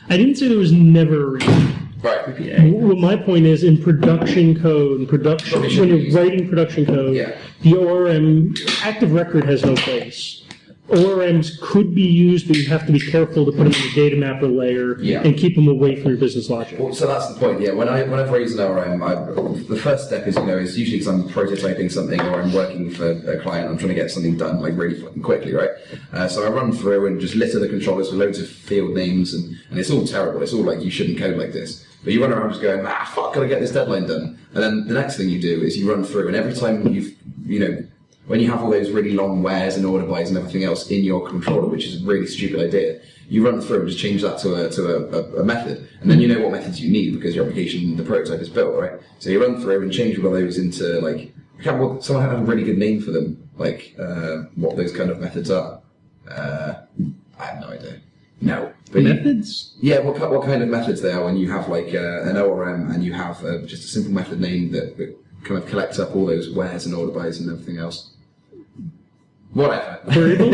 S4: I didn't say there was never a reason.
S1: Right,
S4: Well, my point is in production code, in production,
S1: Probably should
S4: when
S1: use-
S4: you're writing production code,
S1: Yeah.
S4: the ORM active record has no place. ORMs could be used, but you have to be careful to put them in the data mapper layer
S1: Yeah.
S4: and keep them away from your business logic.
S1: Well, so that's the point. Yeah, when I whenever I use an ORM, I, the first step is you know it's usually because I'm prototyping something or I'm working for a client. I'm trying to get something done like really fucking quickly, right? Uh, so I run through and just litter the controllers with loads of field names, and, and it's all terrible. It's all like you shouldn't code like this. But you run around just going, ah, fuck, gotta get this deadline done. And then the next thing you do is you run through, and every time you've you know when you have all those really long wares and order buys and everything else in your controller, which is a really stupid idea, you run through and just change that to a, to a, a, a method. And then you know what methods you need because your application, the prototype is built, right? So you run through and change all of those into like, I can't, well, someone had a really good name for them, like uh, what those kind of methods are. Uh, I have no idea. No. But you-
S4: Methods?
S1: yeah, what, ki- what kind of methods they are when you have like uh, an ORM and you have uh, just a simple method name that, that kind of collects up all those wares and order buys and everything else. Whatever.
S4: Variable?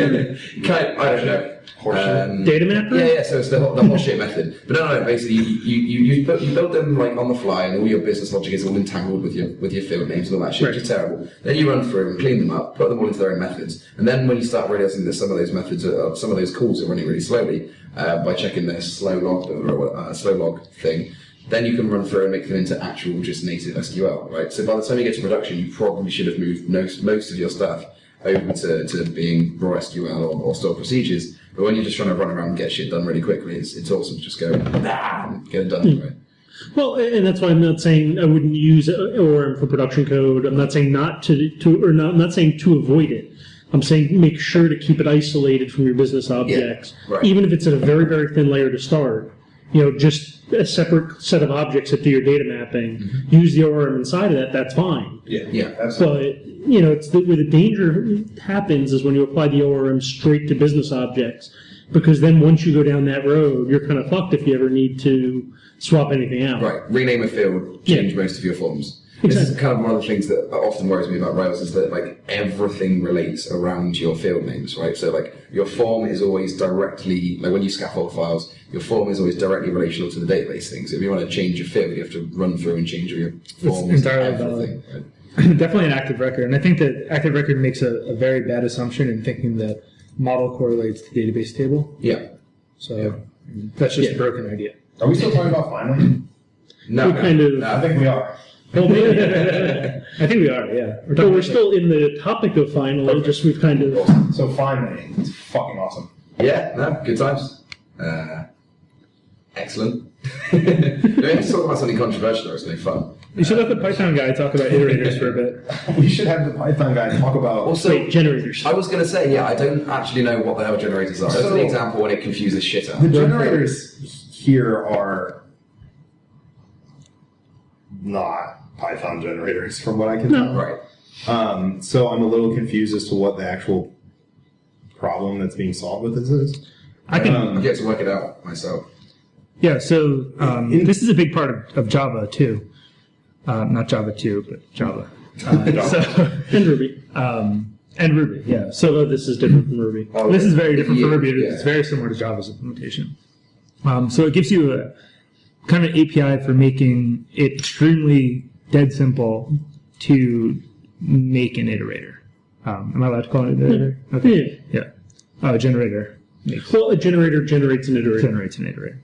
S1: kind of, I don't know.
S3: Horseshit.
S1: Um,
S4: Data mapper?
S1: yeah, yeah. So it's the whole, the whole shit method. But no, no. no, Basically, you you, you, you, build, you build them like on the fly, and all your business logic is all entangled with your with your field names and all that shit, which is terrible. Then you run through and clean them up, put them all into their own methods, and then when you start realizing that some of those methods, are, some of those calls are running really slowly, uh, by checking their slow log or uh, slow log thing. Then you can run through and make them into actual just native SQL, right? So by the time you get to production, you probably should have moved most, most of your stuff over to, to being raw SQL or, or stored procedures. But when you're just trying to run around and get shit done really quickly, it's, it's awesome to just go, nah, get it done. Right?
S4: Well, a- and that's why I'm not saying I wouldn't use uh, ORM for production code. I'm not saying not to, to or not, I'm not saying to avoid it. I'm saying make sure to keep it isolated from your business objects,
S1: right.
S4: even if it's at a very very thin layer to start. You know, just a separate set of objects that do your data mapping. Use the ORM inside of that. That's fine.
S3: Yeah,
S1: Mm-hmm. Yeah.
S3: absolutely.
S4: But you know, it's the, where the danger happens is when you apply the ORM straight to business objects, because then once you go down that road, you're kind of fucked if you ever need to swap anything out.
S1: Right, rename a field, change
S4: Yeah.
S1: most of your forms. This is kind of one of the things that often worries me about Rails is that like everything relates around your field names, right? So like your form is always directly like when you scaffold files, your form is always directly relational to the database things. If you want to change your field, you have to run through and change your forms,
S2: entirely valid.
S1: everything. Right?
S2: Definitely an active record, and I think that active record makes a, a very bad assumption in thinking that model correlates to database table.
S1: Yeah.
S2: So that's just
S4: Yeah.
S2: a broken idea.
S3: Are we still talking about finally?
S1: No,
S4: We
S1: no,
S4: kind of-
S1: no,
S3: I think we are.
S4: Well,
S2: I think we are, yeah. We're
S4: but
S2: talking
S4: we're
S2: about-
S4: still in the topic of final, just we've kind of.
S1: Awesome.
S3: So finally, it's fucking awesome.
S1: Yeah, no, good times. Uh, excellent. we have to talk about something controversial or something fun.
S2: you should let the Python guy talk about iterators for a bit.
S3: We should have the Python guy talk about.
S1: Also,
S4: Wait, generators.
S1: I was going to say, yeah, I don't actually know what the hell generators are. That's an
S3: So-
S1: example when it confuses shit up.
S3: The generators here are not Python generators, from what I can
S4: No.
S3: tell.
S1: Right.
S3: Um, so I'm a little confused as to what the actual problem that's being solved with this is.
S2: I can,
S1: Um, I get to work it out myself.
S2: yeah. So um, this is a big part of, of Java too, uh, not Java two, but Java. Uh, so,
S4: And Ruby.
S2: um, and Ruby, yeah. So
S4: Although this is different from Ruby.
S1: Oh,
S2: this is
S1: yeah.
S2: very different from
S1: Yeah,
S2: Ruby.
S1: yeah.
S2: It's very similar to Java's implementation. Um, so it gives you a kind of an API for making it extremely dead simple to make an iterator. Um, am I allowed to call it an iterator? Okay. Hmm. Yeah. Uh, generator
S4: Well, a generator generates an iterator.
S2: generates an iterator.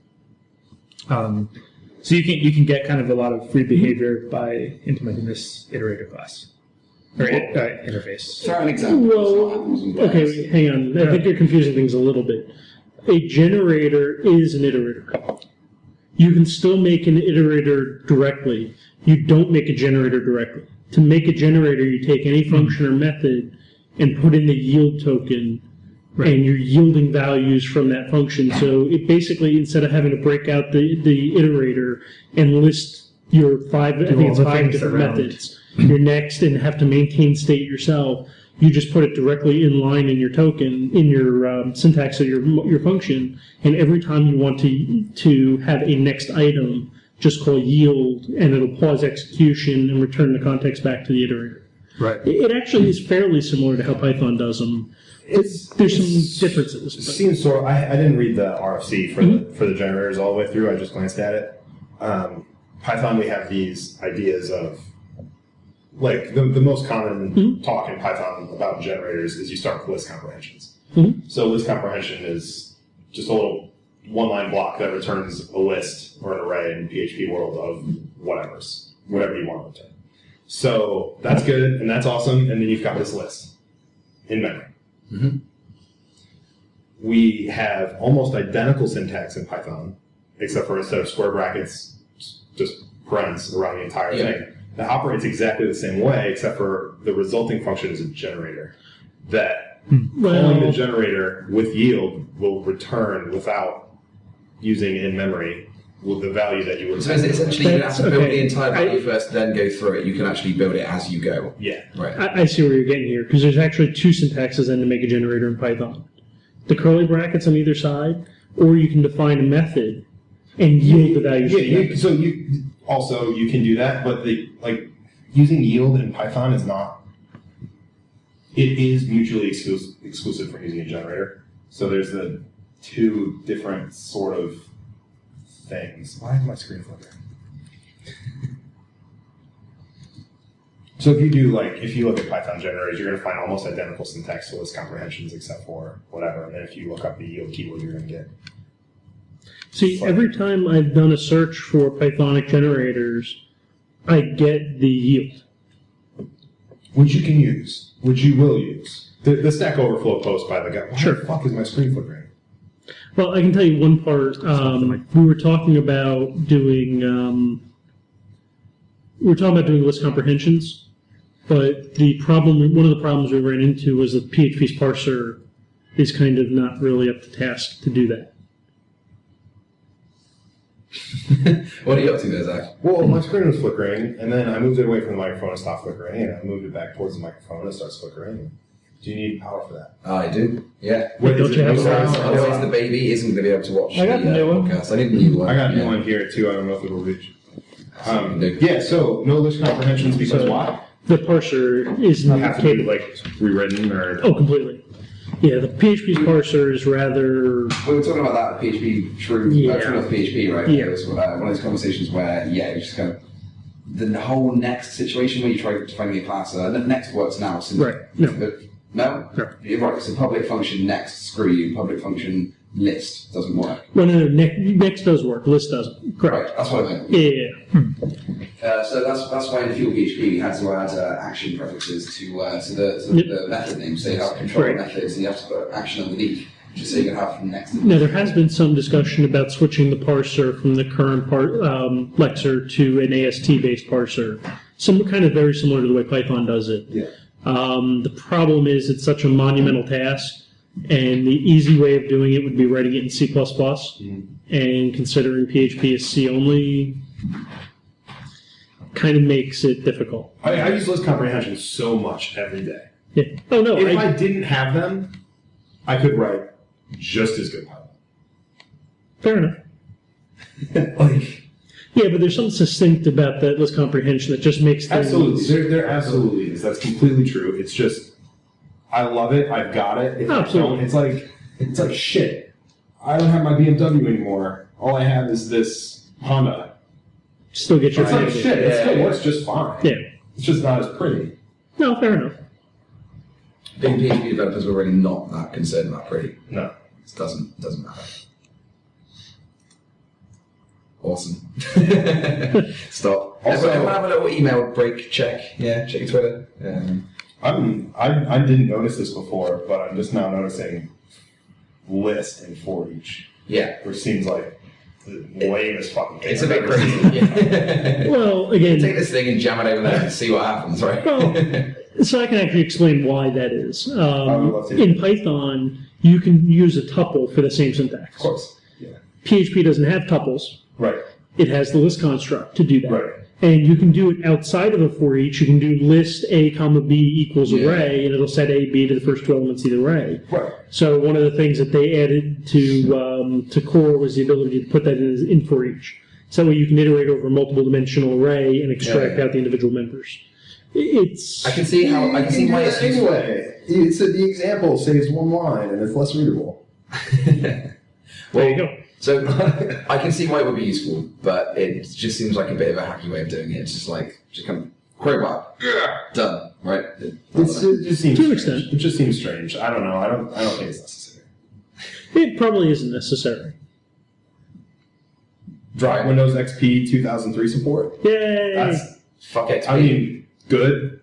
S2: Um, So you can you can get kind of a lot of free behavior by implementing this iterator class or it, uh, interface.
S1: Throw an example.
S4: Well, okay, hang on. I think you're confusing things a little bit. A generator is an iterator call. You can still make an iterator directly. You don't make a generator directly. To make a generator, you take any function or method and put in the yield token,
S2: Right.
S4: and you're yielding values from that function. So it basically, instead of having to break out the, the iterator and list your five, I
S2: Do
S4: think
S2: all
S4: it's
S2: the
S4: five
S2: things
S4: different
S2: around.
S4: methods, your next, and have to maintain state yourself, you just put it directly in line in your token, in your um, syntax of your your function, and every time you want to to have a next item, just call yield, and it'll pause execution and return the context back to the iterator.
S2: Right.
S4: It it actually is fairly similar to how Python does them.
S3: It's
S4: There's
S3: it's-
S4: some differences,
S3: It
S4: but- Mm-hmm.
S3: seems sort. Of, I, I didn't read the RFC for the for the generators all the way through. I just glanced at it. Um, Python, we have these ideas of like the, the most common
S4: Mm-hmm.
S3: talk in Python about generators is you start with list comprehensions.
S4: Mhm.
S3: So list comprehension is just a little one line block that returns a list or an array in PHP world of whatever's whatever you want to return. So that's good and that's awesome. And then you've got this list in memory we have almost identical syntax in Python, except for instead of square brackets, just parens around the entire
S1: Yeah.
S3: thing. That operates exactly the same way, except for the resulting function is a generator. That calling the
S4: Well,
S3: generator with yield will return without using in memory with the value that you were.
S1: So it's essentially you have
S4: That's-
S1: to build
S4: okay.
S1: the entire
S4: I-
S1: value first, then go through it. You can actually build it as you go.
S3: Yeah.
S1: Right.
S4: I, I see where you're getting here because there's actually two syntaxes then to make a generator in Python: the curly brackets on either side, or you can define a method and yield the values.
S3: Yeah,
S4: from that.
S3: you, so you also you can do that, but the like using yield in Python is not. It is mutually exclusive, exclusive from using a generator. So there's the two different sort of things. Why is my screen flickering? So if you do like if you look at Python generators, you're going to find almost identical syntax to list comprehensions, except for whatever. And then if you look up the yield keyword, you're going to get
S4: See, every time I've done a search for Pythonic generators, I get the yield.
S3: which you can use, which you will use. The, the Stack Overflow post by the guy. Why
S4: Sure.
S3: The fuck is my screen flickering?
S4: Well, I can tell you one part. Um, we were talking about doing um, we were talking about doing list comprehensions, but the problem one of the problems we ran into was that PHP's parser is kind of not really up to task to do that.
S1: What are you up to there, Zach?
S3: Well, my screen was flickering, and then I moved it away from the microphone and stopped flickering, and I moved it back towards the microphone and it starts flickering. Do you need power for that?
S1: I do. Yeah.
S3: Wait,
S4: don't
S3: is
S4: you
S3: it-
S4: have
S3: is it-
S1: Otherwise,
S4: Otherwise-
S1: otherwise the baby isn't going to be able to watch
S4: I got
S1: the
S4: the new
S1: uh,
S4: one.
S1: podcast. I need a new one.
S3: I got a
S1: yeah.
S3: new one here too. I don't know if it'll reach. Um,
S1: Dude.
S3: yeah, so no list comprehensions because
S4: So-
S3: why?
S4: The parser is
S3: You
S4: not
S3: have to be
S4: capable.
S3: like rewritten or
S4: Oh, completely. Yeah, the PHP's parser is rather
S1: We were talking about that PHP true,
S4: Yeah.
S1: uh, true North PHP, right?
S4: Yeah.
S1: It was uh, one of those conversations where, yeah, it's just kind of the whole next situation where you try to find a class. Uh, n- next works now. So
S2: Right.
S4: No.
S1: But, no?
S2: No.
S1: You're right. So public function next, screw you. Public function list doesn't work.
S4: No, no, no. Next, next does work. List doesn't. Correct.
S1: Right. That's what I meant.
S4: Yeah, yeah, yeah.
S1: Uh, so that's that's why in Fuel PHP we had to add uh, action prefixes to uh, to, the, to
S4: Yep.
S1: the method name. So you have control
S4: Right.
S1: methods and you have to put action underneath, just so you can have next.
S4: Now there has been some discussion about switching the parser from the current par- um, Lexer to an AST-based parser, some kind of very similar to the way Python does it.
S1: Yeah.
S4: Um, the problem is it's such a monumental task, and the easy way of doing it would be writing it in C++.
S3: Mm-hmm.
S4: And considering PHP is C only, kind of makes it difficult.
S3: I, I use list comprehensions so much every day.
S4: Yeah. Oh no.
S3: If
S4: I-
S3: I didn't have them, I could write just as good Python.
S4: Fair enough. yeah, but there's something succinct about that list comprehension that just makes things.
S3: Absolutely, there, there absolutely is. That's completely true. It's just, I love it. I've got it. If I
S4: Absolutely.
S3: don't, It's like, it's like shit. I don't have my BMW anymore. All I have is this Honda.
S4: Still get your
S3: It's like
S4: idea.
S3: shit. It still
S1: Yeah.
S3: works just fine.
S4: Yeah.
S3: It's just not as pretty.
S4: No, fair enough.
S1: Big PHP developers were really not that concerned about pretty.
S3: No.
S1: It doesn't doesn't matter. Awesome. Stop. Also,
S5: Also-
S1: everyone have a little email break check. Yeah, check your Twitter. Um,
S3: I'm, I, I didn't notice this before, but I'm just now noticing list and for each,
S1: yeah,
S3: which seems like the lamest fucking thing.
S1: it's a bit
S3: I've ever
S1: crazy.
S3: seen.
S1: Yeah.
S4: Well, again,
S1: Take this thing and jam it over there and see what happens, right?
S4: Well- So I can actually explain why that is.
S3: I would
S4: Um,
S3: love to.
S4: in Python, you can use a tuple for the same syntax.
S1: of course.
S4: PHP doesn't have tuples.
S3: Right,
S4: It has the list construct to do that.
S3: right.
S4: And you can do it outside of a for each. You can do list a comma b equals
S1: Yeah.
S4: array, and it'll set a b to the first two elements of the array.
S3: Right.
S4: So one of the things that they added to um, to core was the ability to put that in, as in for each. So that way you can iterate over a multiple dimensional array and extract
S1: yeah.
S4: out the individual members. It's
S1: I can see how I can see why it's useful.
S5: anyway. It's the example saves one line and it's less readable.
S4: there you go.
S1: So I can see why it would be useful, but it just seems like a bit of a hacky way of doing it. It's just like just kind of crowbar, yeah, done, right?
S5: It's,
S3: It just seems
S4: To an
S3: strange.
S4: extent.
S3: It just seems strange. I don't know. I don't. I don't think it's necessary.
S4: It probably isn't necessary.
S3: Drive Windows XP 2003 support.
S4: Yay!
S3: That's.
S1: Fuck it.
S3: I mean, good.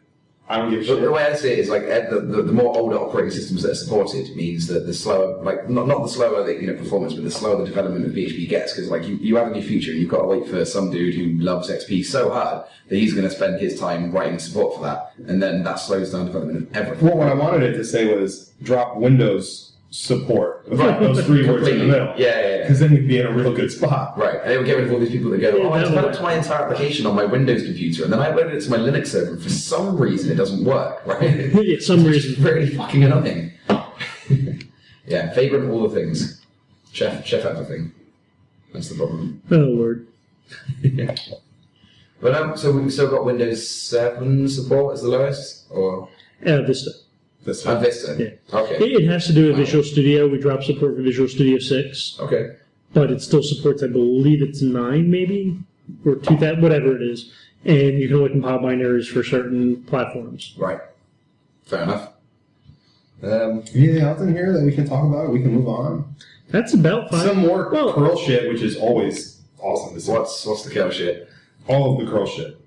S3: I don't give a
S1: The, the
S3: shit.
S1: way I see it is like eh, the, the, the more older operating systems that are supported means that the slower, like not, not the slower the, you know performance, but the slower the development of PHP gets. Because like you, you have a new feature, and you've got to wait for some dude who loves XP so hard that he's going to spend his time writing support for that, and then that slows down development of everything.
S3: Well, what I wanted it to say was drop Windows support. with
S1: Right.
S3: Those three words
S1: Completely.
S3: in the middle.
S1: Yeah, yeah, yeah.
S3: Because then we'd be in a real good spot.
S1: Right, and it would get rid of all these people that go,
S4: Yeah,
S1: oh, I
S4: that's
S1: developed
S4: right.
S1: my entire application on my Windows computer, and then I loaded it to my Linux server, and for some reason it doesn't work, right?
S4: yeah, some
S1: it's
S4: reason.
S1: really fucking annoying. yeah, vagrant all the things. Chef, chef everything. That's the problem.
S4: Oh lord.
S1: But um, so we've still got Windows 7 support as the lowest? Or?
S4: Uh, Vista.
S3: This
S1: Oh,
S3: one.
S1: Vista.
S4: Uh, Yeah.
S1: Okay.
S4: It, it has to do with
S1: Wow.
S4: Visual Studio. We dropped support for Visual Studio six,
S1: Okay.
S4: but it still supports. I believe it's nine, maybe or two that whatever it is. And you can only compile binaries for certain platforms.
S1: Right. Fair enough. Um,
S3: Anything else in here that we can talk about? We can move on.
S4: That's about five.
S3: Some more
S4: Well-
S3: curl shit, which is always awesome to see.
S1: what's what's the curl shit?
S3: All of the curl shit.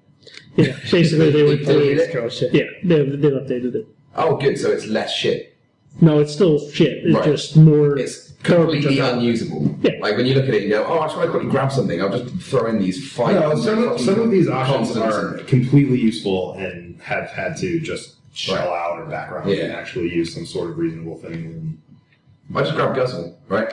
S4: Yeah, basically they went through.
S1: Deleted it?
S4: Yeah, they they updated it.
S1: Oh, good. So it's less shit.
S4: No, it's still shit. It's
S1: Right.
S4: just more.
S1: It's
S4: coverage
S1: completely
S4: on that.
S1: unusable.
S4: Yeah.
S1: Like when you look at it, you go, "Oh, I just want to quickly grab something. I'll just throw in these five.
S3: No, some of, some of these options
S1: constants."
S3: are completely useful and have had to just shell out or background and
S1: Yeah.
S3: actually use some sort of reasonable thing.
S1: I just grab Guzzle, right?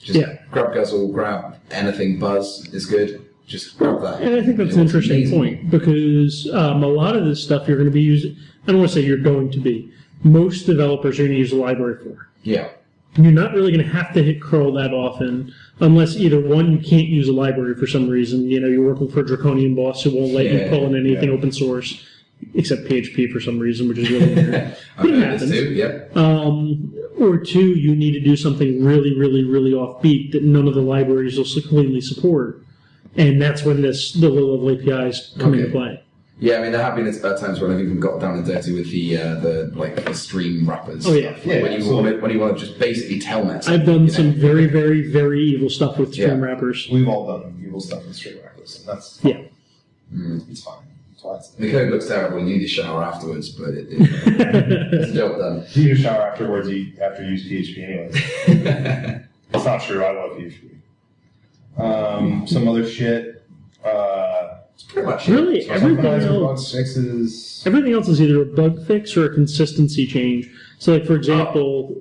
S1: Just
S4: Yeah.
S1: grab Guzzle, grab anything. Buzz is good. Just grab that.
S4: And I think that's an
S1: It's
S4: interesting
S1: amazing.
S4: point because um, a lot of this stuff you're going to be using. I don't want to say you're going to be. Most developers are going to use a library for.
S1: Yeah.
S4: You're not really going to have to hit curl that often, unless either one you can't use a library for some reason. You know, you're working for a draconian boss who won't let
S1: Yeah,
S4: you pull in anything
S3: yeah.
S4: open source, except PHP for some reason, which is really weird.
S1: I've
S4: It
S1: heard this
S4: happens.
S1: too. Yeah.
S4: Um, or two, you need to do something really, really, really offbeat that none of the libraries will so cleanly support, and that's when this the low level APIs come into
S1: Okay.
S4: play.
S1: Yeah. I mean, there have been uh, times when I've even got down and dirty with the uh, the like the stream wrappers.
S4: Oh, yeah.
S1: Like,
S3: Yeah,
S1: When you
S3: absolutely.
S1: want to, when you want to just basically tell me.
S4: I've
S1: you
S4: done
S1: know.
S4: some very, very, very evil stuff with stream
S1: Yeah.
S4: wrappers.
S3: We've all done evil stuff in Street Reckless, and that's Mm.
S4: Yeah.
S3: it's fine. That's why it's-
S1: The code looks terrible. and You need to shower afterwards, but it, it, it's a job done.
S3: You need a shower afterwards. You after you use PHP anyways. It's not true. I love PHP. Um, some other shit. Uh,
S1: pretty much it.
S4: really, everything
S3: optimizer bug
S4: else,
S3: fixes.
S4: everything else is either a bug fix or a consistency change. So, like for example,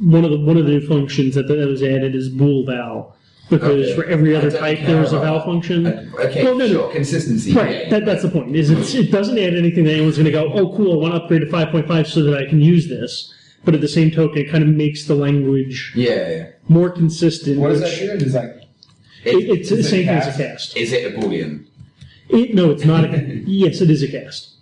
S4: one of the one of the new functions that, that was added is bool val, because
S1: Okay.
S4: for every
S1: I
S4: other
S1: don't
S4: type
S1: care
S4: there was a
S1: about
S4: val
S1: that.
S4: function.
S1: Uh, Okay,
S4: Well, no, no.
S1: sure, consistency.
S4: Right.
S1: yeah.
S4: That, that's the point. Is it's, it doesn't add anything that anyone's going to go, oh, cool. I want to upgrade to five point five so that I can use this. But at the same token, it kind of makes the language
S1: yeah, yeah.
S4: more consistent.
S3: What is
S4: which-
S3: that unit? Is that
S4: It, it's the
S3: Is it
S4: same thing as
S3: cast?
S4: a cast.
S1: Is it a boolean?
S4: It, no, it's not. A, yes, it is a cast.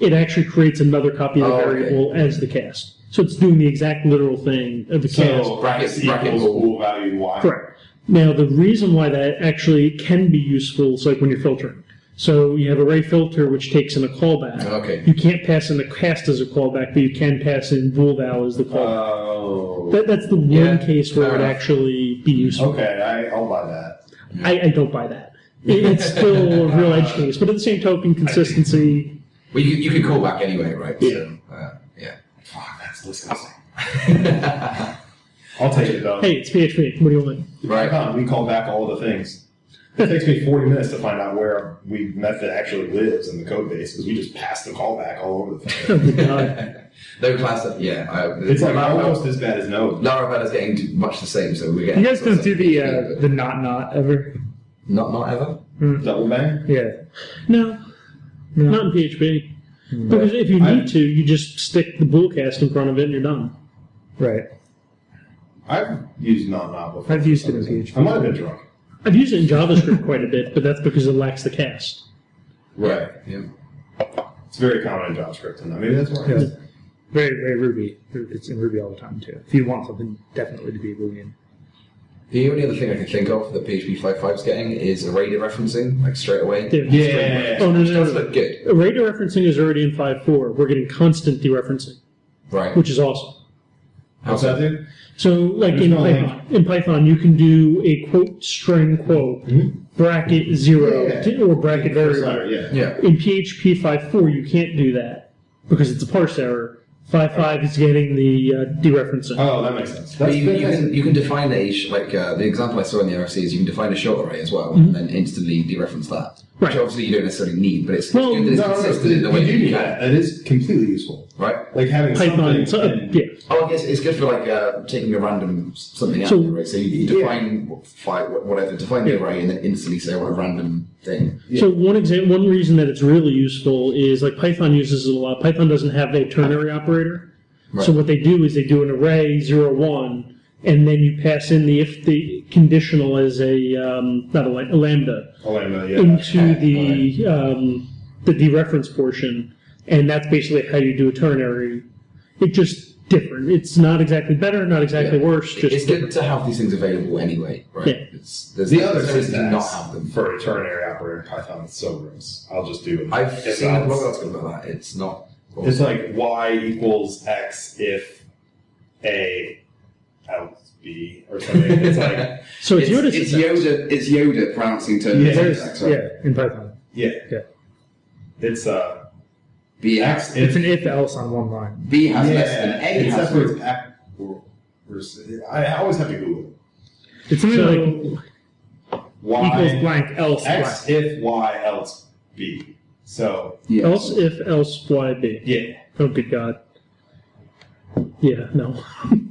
S4: It actually creates another copy of the
S1: Oh, okay.
S4: variable as the cast. So it's doing the exact literal thing of the cast.
S3: so
S1: Brackets,
S3: brackets
S1: brackets.
S3: equals bool value y?
S4: Correct. Now, the reason why that actually can be useful is like when you're filtering. So you have array filter, which takes in a callback.
S1: Okay.
S4: You can't pass in the cast as a callback, but you can pass in bool val as the callback.
S3: Oh.
S4: that, that's the one
S1: yeah,
S4: case where it
S1: fair
S4: would
S1: enough.
S4: actually be useful.
S3: Okay, I, I'll buy that.
S4: I, I don't buy that. It- It's still a real edge case, but at the same token, consistency.
S1: Well, you, you could call back anyway, right?
S4: Yeah.
S1: So, uh, yeah.
S3: Fuck, that's disgusting.
S5: I'll
S3: Take it though.
S4: Hey, it's PHP. What do you want?
S1: Right.
S3: Huh, we call back all the things. It takes me 40 minutes to find out where we method actually lives in the code base because we just pass the callback all over the thing.
S4: Oh, good God.
S1: no class. Of, yeah. I, uh,
S3: It's like
S1: Laravel.
S3: almost as bad as Node.
S1: Laravel is getting much the same, so we're getting.
S2: You guys
S1: sort
S2: just
S1: of
S2: do the uh,
S1: something-
S2: the not not ever.
S1: not not ever.
S3: Double bang.
S2: Yeah.
S4: No,
S2: No.
S4: not in PHP.
S3: Mm.
S4: Because if you need to, you just stick the boolcast in front of it and you're done.
S2: Right.
S3: I've used not not before.
S2: I've used it in PHP.
S3: I might have been drunk.
S4: I've used it in JavaScript quite a bit, but that's because it lacks the cast.
S1: Right. Yeah.
S3: It's very common in JavaScript, and maybe that's why.
S2: Yeah. Very very Ruby. It's in Ruby all the time too. If you want something definitely to be Boolean.
S1: The only other thing I can think of that PHP 5.5's getting is array referencing, like straight away.
S4: They're-
S3: Yeah.
S4: Oh, no,
S1: Which
S4: no,
S1: does
S4: no,
S1: look good.
S4: no. Array dereferencing is already in 5.4. We're getting constant dereferencing,
S1: Right.
S4: which is awesome.
S3: How's that, dude?
S4: So, like
S3: There's
S4: in
S3: no
S4: Python, in Python, you can do a quote string quote bracket zero
S3: Mm-hmm. Yeah.
S4: t- or bracket
S3: First
S4: variable.
S3: letter, yeah.
S1: Yeah.
S4: In PHP 5.4, you can't do that because it's a parse error. 5.5 is getting the uh, dereferencing.
S3: Oh, that makes sense.
S1: But
S3: That's
S1: you, you,
S3: fantastic.
S1: can, you can define a, sh- like uh, the example I saw in the RFC is you can define a short array as well
S3: Mm-hmm.
S1: and then instantly dereference that. Which
S4: Right.
S1: obviously you don't necessarily need, but it's,
S4: Well,
S1: it's good that it's
S3: No, no,
S1: consistent in the
S3: no,
S1: way
S3: you do
S1: you
S3: need
S1: can.
S3: that. That is completely useful.
S1: Right?
S3: Like having
S4: Python, so,
S3: something.
S4: uh,
S3: in-
S4: yeah.
S1: Oh, I guess it's good for like uh, taking a random s- something out,
S4: So-
S1: right? So you, you
S3: Yeah.
S1: define five, whatever, define the array and then instantly say what a random thing.
S4: So one exam, one reason that it's really useful is like Python uses it a lot. Python doesn't have a ternary operator,
S1: Right.
S4: so what they do is they do an array zero one, and then you pass in the if the conditional as a um, not a, la- a lambda
S3: Oh, wait a minute, yeah.
S4: into
S3: Okay, alright.
S4: the um, the dereference portion, and that's basically how you do a ternary. It just different. It's not exactly better, not exactly
S1: Yeah.
S4: worse. Just
S1: it's
S4: different.
S1: good to have these things available anyway, right?
S4: Yeah.
S1: It's, there's
S3: The
S1: no-
S3: other
S1: there's no reason to
S3: syntax
S1: not have them.
S3: for a ternary operator in Python is so gross. I'll just do it.
S1: I've
S3: It's
S1: seen a
S3: not-
S1: blog article about that. It's not.
S3: It's like y equals x if a else b or something. It's like
S4: so it's, Yoda.
S1: It's
S4: syntax.
S1: Yoda. It's Yoda pronouncing terms.
S3: Yeah.
S2: There's
S1: That's right.
S2: yeah in Python.
S3: yeah,
S2: Yeah.
S3: It's uh
S1: B
S3: x
S1: has,
S3: if
S2: It's an if else on one line.
S1: B has
S3: yeah,
S1: less than A
S3: it
S1: has.
S3: separates ac- or- or s- I I always have to Google it.
S2: It's something like
S4: So
S2: equals
S3: y
S2: blank else blank.
S3: x if y else b. So
S1: Yeah.
S4: else if else why be.
S3: yeah,
S4: Oh, good God. Yeah, no.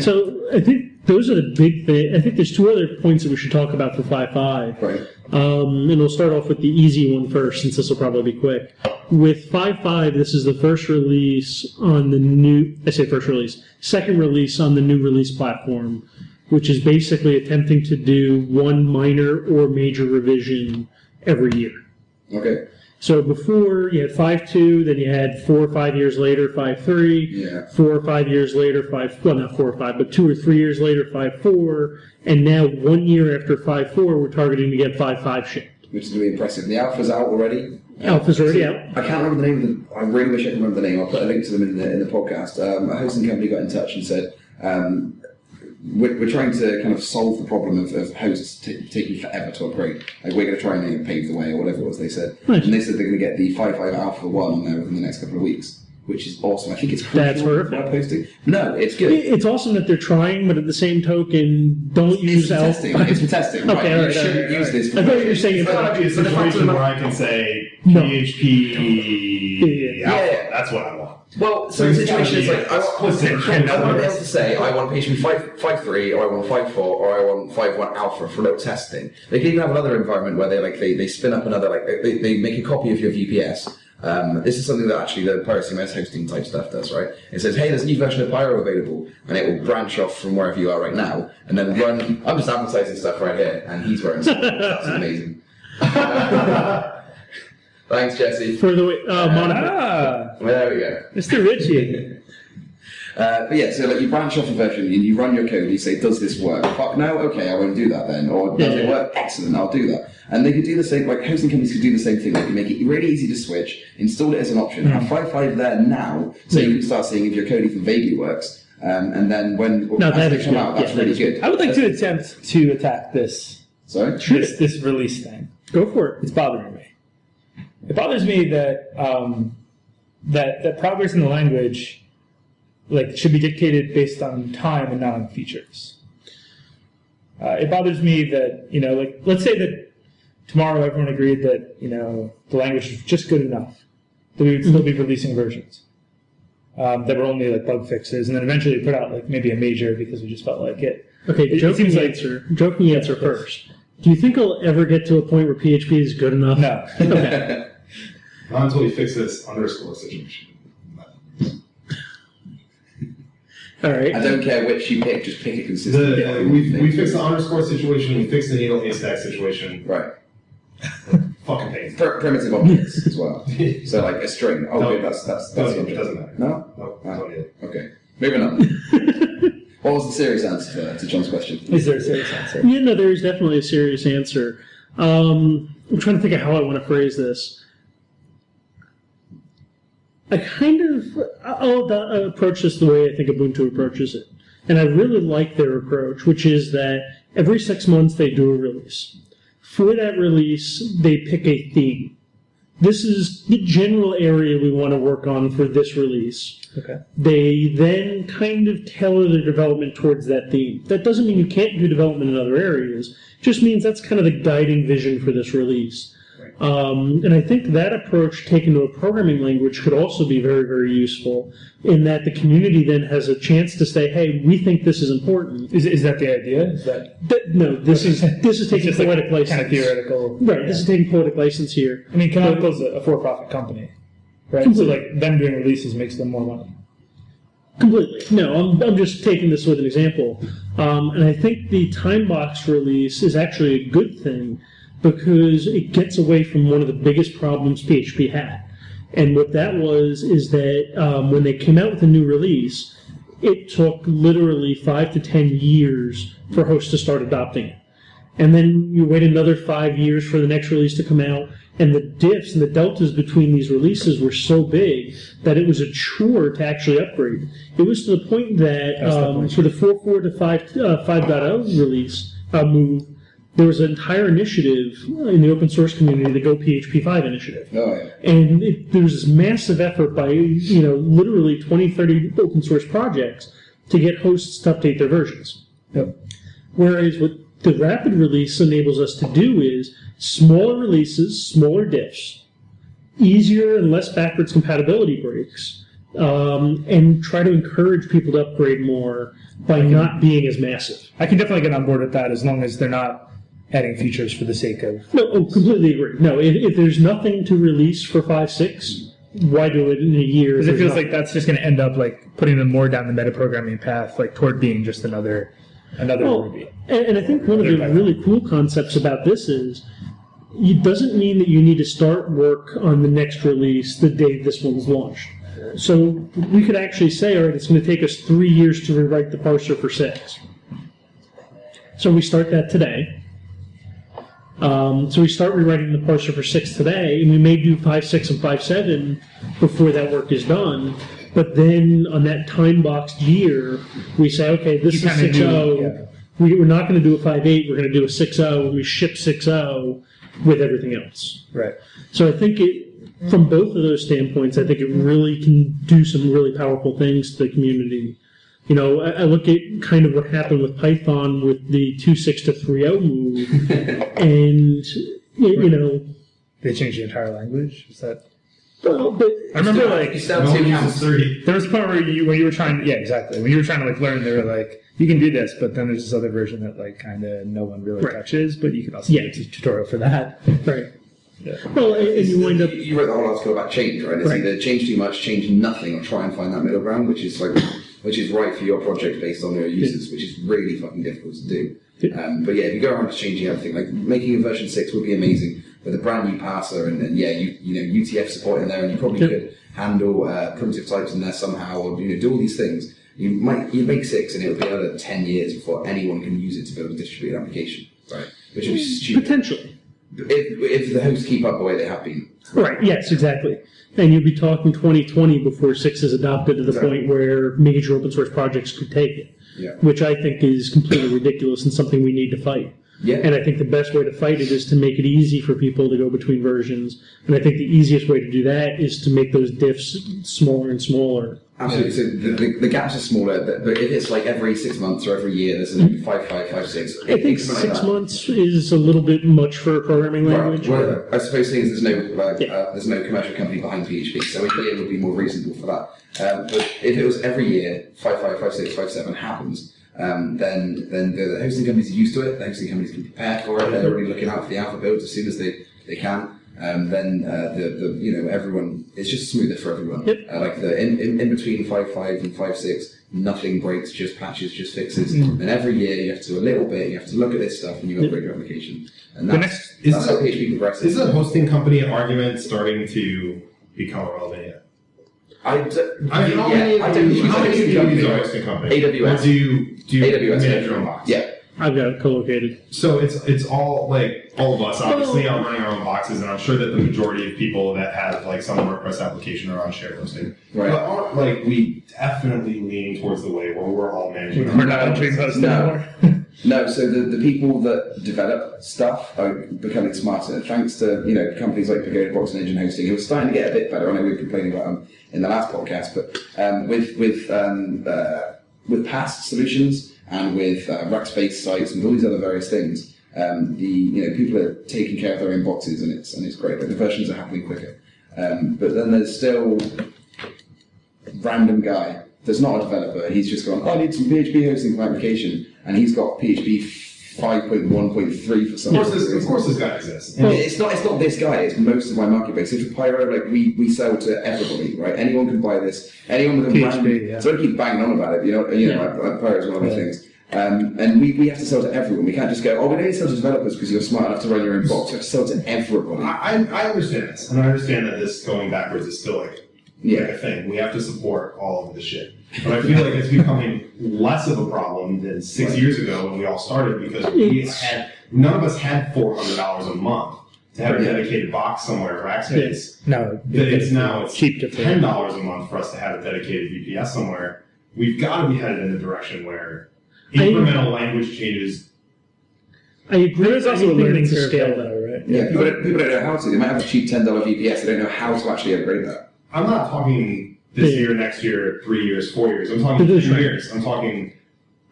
S4: so I think those are the big thing. I think there's two other points that we should talk about for 5.5.
S1: Right.
S4: Um, and we'll start off with the easy one first, since this will probably be quick. With 5.5, this is the first release on the new, I say first release, second release on the new release platform, which is basically attempting to do one minor or major revision every year.
S1: Okay.
S4: So before you had five two, then you had four or five years later five three,
S1: Yeah.
S4: four or five years later five well not four or five, but two or three years later five four, and now one year after five four, we're targeting to get five five shipped.
S1: Which is going to be impressive. The alpha's out already.
S4: Alpha's already out.
S1: I can't remember the name of the. I really wish I could remember the name. I'll put a link to them in the, in the podcast. Um, a hosting company got in touch and said, um, we're, we're trying to kind of solve the problem of, of hosts t- taking forever to upgrade. Like, we're going to try and pave the way, or whatever it was they said.
S4: Nice.
S1: And they said they're going to get the 5.5 Alpha 1 on there within the next couple of weeks, which is awesome. I think it's crucial
S4: That's
S1: for
S4: horrific.
S1: web hosting. No, it's
S4: It-
S1: good.
S4: It's awesome that they're trying, but at the same token, don't
S1: It's
S4: use
S1: for
S4: alpha.
S1: testing. It's for testing.
S4: Okay,
S1: right.
S4: all right,
S1: you
S4: all
S1: shouldn't
S3: right, all
S1: use
S3: right.
S1: this. For
S4: I thought you were saying
S3: It's not
S4: if
S3: going to be a
S1: But the fact of
S3: situation
S1: the
S3: where I can say
S4: No.
S3: PHP.
S1: Yeah.
S3: alpha. That's what I want.
S1: well, so the
S3: It's gotta
S1: situation is
S3: be
S1: like I want,
S3: explicit.
S1: I want to be able to say I want PHP five five three, or I want five four, or I want five one alpha for no testing. They can even have another environment where they like they, they spin up another like they, they make a copy of your VPS. Um, this is something that actually the Piracy Mess hosting type stuff does, right? It says, hey, there's a new version of Pyro available, and it will branch off from wherever you are right now, and then run. I'm just advertising stuff right here, and he's wearing something. That's amazing. Thanks, Jesse.
S4: For the way, uh, Monica.
S2: Ah,
S1: Well, there we go.
S2: Mr. Ritchie.
S1: Uh, but yeah, so like you branch off a version and you run your code and you say, does this work? Fuck no, okay, I won't do that then. Or does it
S4: Yeah.
S1: work? Excellent, I'll do that. And they could do the same, like hosting companies could do the same thing. They can make it really easy to switch, install it as an option, have
S4: Hmm.
S1: 5.5 there now, so you can start seeing if your code even vaguely works. Um, and then when
S4: No,
S1: as
S4: that
S1: they
S4: is
S1: come
S4: good.
S1: out, that's
S4: Yeah, that
S1: really
S4: is
S1: good.
S2: I would like to attempt to attack this
S1: Sorry?
S2: this this release thing.
S4: Go for it.
S2: It's bothering me. It bothers me that um, that that progress in the language like should be dictated based on time and not on features. Uh, it bothers me that you know, like, let's say that tomorrow everyone agreed that you know the language was just good enough that we would still be releasing versions um, that were only like bug fixes, and then eventually put out like maybe a major because we just felt like it.
S4: Okay,
S2: It- it
S4: joking
S2: seems like-
S4: answer. Joking answer
S2: yes.
S4: first. Do you think I'll ever get to a point where PHP is good enough?
S2: No,
S3: Not until we fix this underscore situation.
S4: All right.
S1: I don't care which you pick, just pick a consistent.
S3: The, uh, we, we fixed the underscore situation, we fixed the needle haystack situation.
S1: Right.
S3: Fucking pain.
S1: Per- primitive objects as well.
S3: It
S1: So like a string. Oh,
S3: No.
S1: good, that's that's that's
S3: doesn't, it doesn't matter.
S1: No.
S3: No, don't need it.
S1: Okay. Moving on. what was the serious answer to, to John's question?
S2: is there a serious answer?
S4: Yeah, no, there is definitely a serious answer. Um, I'm trying to think of how I want to phrase this. I kind of I'll I'll approach this the way I think Ubuntu approaches it, and I really like their approach, which is that every six months they do a release. For that release, they pick a theme. This is the general area we want to work on for this release
S2: Okay.
S4: they then kind of tailor their development towards that theme. That doesn't mean you can't do development in other areas. Just means that's kind of the guiding vision for this release. Um, and I think that approach taken to a programming language could also be very, very useful in that the community then has a chance to say, hey, we think this is important.
S2: Is, is that the idea? Is that
S4: Th- no, this is this is
S2: it's
S4: taking
S2: just like
S4: poetic license.
S2: kind of theoretical?
S4: Right, this is taking poetic license here.
S2: I mean, Canonical's a, a for-profit company, right? So like them doing releases makes them more money.
S4: Completely. No, I'm, I'm just taking this with an example. Um, and I think the time box release is actually a good thing because it gets away from one of the biggest problems PHP had. And what that was is that um, when they came out with a new release, it took literally five to ten years for hosts to start adopting it and then you wait another five years for the next release to come out. And the dips and the deltas between these releases were so big that it was a chore to actually upgrade. It was to the point that
S2: That's the
S4: um,
S2: point.
S4: for the 4.4 to 5, uh, 5.0 release uh, move, there was an entire initiative uh, in the open source community, the Go PHP 5 initiative
S1: Oh, yeah.
S4: and it, there was this massive effort by you know literally 20 30 open source projects to get hosts to update their versions
S2: Yep.
S4: whereas what the rapid release enables us to do is smaller releases smaller diffs easier and less backwards compatibility breaks um, and try to encourage people to upgrade more by not being as massive
S2: I can definitely get on board with that as long as they're not adding features for the sake of.
S4: No, oh, completely agree. No, if, if there's nothing to release for five six, why do it in a year? if
S2: Because it
S4: there's
S2: feels like that's just going to end up like putting them more down the metaprogramming path, like toward being just another another
S4: Well,
S2: Ruby.
S4: And, and I think one of the really cool concepts about this is it doesn't mean that you need to start work on the next release the day this one's launched. So we could actually say, all right, it's going to take us three years to rewrite the parser for six. So we start that today. Um, so we start rewriting the parser for six today, and we may do five six and five seven before that work is done. But then on that time boxed year, we say, okay, this
S2: You
S4: is
S2: kinda
S4: six zero.
S2: do, yeah.
S4: We, we're not going to do a five eight. We're going to do a six zero, and we ship six zero with everything else.
S2: Right.
S4: So I think it, from both of those standpoints, I think it really can do some really powerful things to the community. You know, I, I look at kind of what happened with Python with the two six to three zero move, and you, you know,
S2: They changed the entire language. Is that?
S4: well, but
S2: I remember
S1: Still-
S2: like
S1: you still have two counts.
S3: three.
S2: there was a point where you when you were trying. Yeah, exactly. When you were trying to like learn, they were like, you can do this, but then there's this other version that like kind of no one really
S4: Right.
S2: touches, but you can also
S4: Yeah.
S2: do a t- tutorial for that.
S4: right, well, and, and you wind up
S1: You wrote the whole article about change, right? It's
S4: Right.
S1: either change too much, change nothing, or try and find that middle ground, which is like, which is right for your project based on your users, which is really fucking difficult to do. Um, but yeah, if you go around to changing everything, like making a version six would be amazing with a brand new parser, and, and yeah, you you know UTF support in there, and you probably could handle uh, primitive types in there somehow, or you know do all these things. You might you make six, and it would be another ten years before anyone can use it to build a distributed application, right? Which would be stupid
S4: potentially.
S1: if, if the hosts keep up the way they have been.
S4: Right. Yes, exactly. And you'd be talking 2020 before six is adopted to the
S1: Exactly.
S4: point where major open source projects could take it.
S1: Yeah.
S4: which I think is completely ridiculous and something we need to fight.
S1: Yeah.
S4: And I think the best way to fight it is to make it easy for people to go between versions. And I think the easiest way to do that is to make those diffs smaller and smaller.
S1: Absolutely. So the, the, the gaps are smaller, but, but if it's like every six months or every year, there's a five, five, five, six.
S4: Mm-hmm. I think
S1: something like
S4: six
S1: that.
S4: months is a little bit much for a programming language.
S1: Well, well, I suppose seeing as there's no uh,
S4: Yeah.
S1: uh, there's no commercial company behind PHP, so a year would be more reasonable for that. Um, but if it was every year, five five five six five seven happens, um, then then the hosting companies are used to it. The hosting companies can prepare for it. They're already looking out for the alpha builds as soon as they they can. Um, then uh, the, the you know everyone it's just smoother for everyone.
S4: Yep.
S1: Uh, like the in, in, in between five five and five six, nothing breaks, just patches, just fixes.
S2: Mm.
S1: And every year you have to do a little bit. You have to look at this stuff and you upgrade your application. And
S2: The
S1: that's,
S2: next-
S3: is
S1: that's
S3: it-
S1: how PHP progresses.
S3: Is the hosting company argument starting to become relevant yet?
S1: I, d-
S3: I mean, how
S1: yeah,
S3: many
S1: I
S3: of
S1: don't
S3: you, how many of you
S1: don't
S3: use a
S1: know.
S3: hosting company?
S1: AWS.
S3: Or do you, do you
S1: AWS.
S3: manage your own box?
S1: Yeah,
S4: I've got it co-located.
S3: So it's it's all like all of us obviously are running our own boxes, and I'm sure that the majority of people that have like some WordPress application are on shared hosting.
S1: right.
S3: But aren't like we definitely leaning towards the way where we're all managing. our
S6: We're
S3: own
S6: not on
S3: boxes.
S6: Dreamhost
S1: No.
S6: anymore.
S1: No, so the, the people that develop stuff are becoming smarter thanks to you know companies like Pagoda Box and Engine Hosting, who are starting to get a bit better. I know we were complaining about them in the last podcast, but um, with with um, uh, with past solutions and with uh, Rackspace sites and all these other various things, um, the you know people are taking care of their own boxes, and it's and it's great. Like the versions are happening quicker, um, but then there's still random guy that's not a developer. He's just gone, "Oh, I need some PHP hosting for my application, and he's got PHP 5.1.3 for some
S3: Of course, this,
S1: reason.
S3: of course, this guy exists.
S1: I mean, it's not it's not this guy. It's most of my market base. If Pyro, like we, we sell to everybody, right? Anyone can buy this. Anyone with a
S2: PHP,
S1: brand.
S2: yeah.
S1: So I keep banging on about it. You know, you know, I- I- Pyro is one of my things. Um, and we, we have to sell to everyone. We can't just go, oh, we only sell to developers because you're smart enough to run your own box. You have to sell to everybody.
S3: I, I I understand this, and I understand that this going backwards is still like
S1: Yeah.
S3: like a thing. We have to support all of the shit. But I feel like it's becoming less of a problem than six years ago when we all started because we had none of us had four hundred dollars a month to have a
S1: Yeah.
S3: dedicated box somewhere for Rackspace.
S2: No,
S3: That It's now it's
S2: cheap to
S3: ten dollars a month for us to have a dedicated VPS somewhere. We've got to be headed in the direction where
S4: I-
S3: incremental language changes.
S4: I agree.
S6: There is also a
S4: Anything
S6: learning
S4: that's
S6: curve there,
S4: scale
S6: though, right?
S1: Yeah, people don't, people don't know how to. They might have a cheap ten dollar VPS. They don't know how to actually upgrade that.
S3: I'm not talking this
S4: Yeah.
S3: year, next year, three years, four years. I'm talking
S4: It is
S3: two
S4: right.
S3: years. I'm talking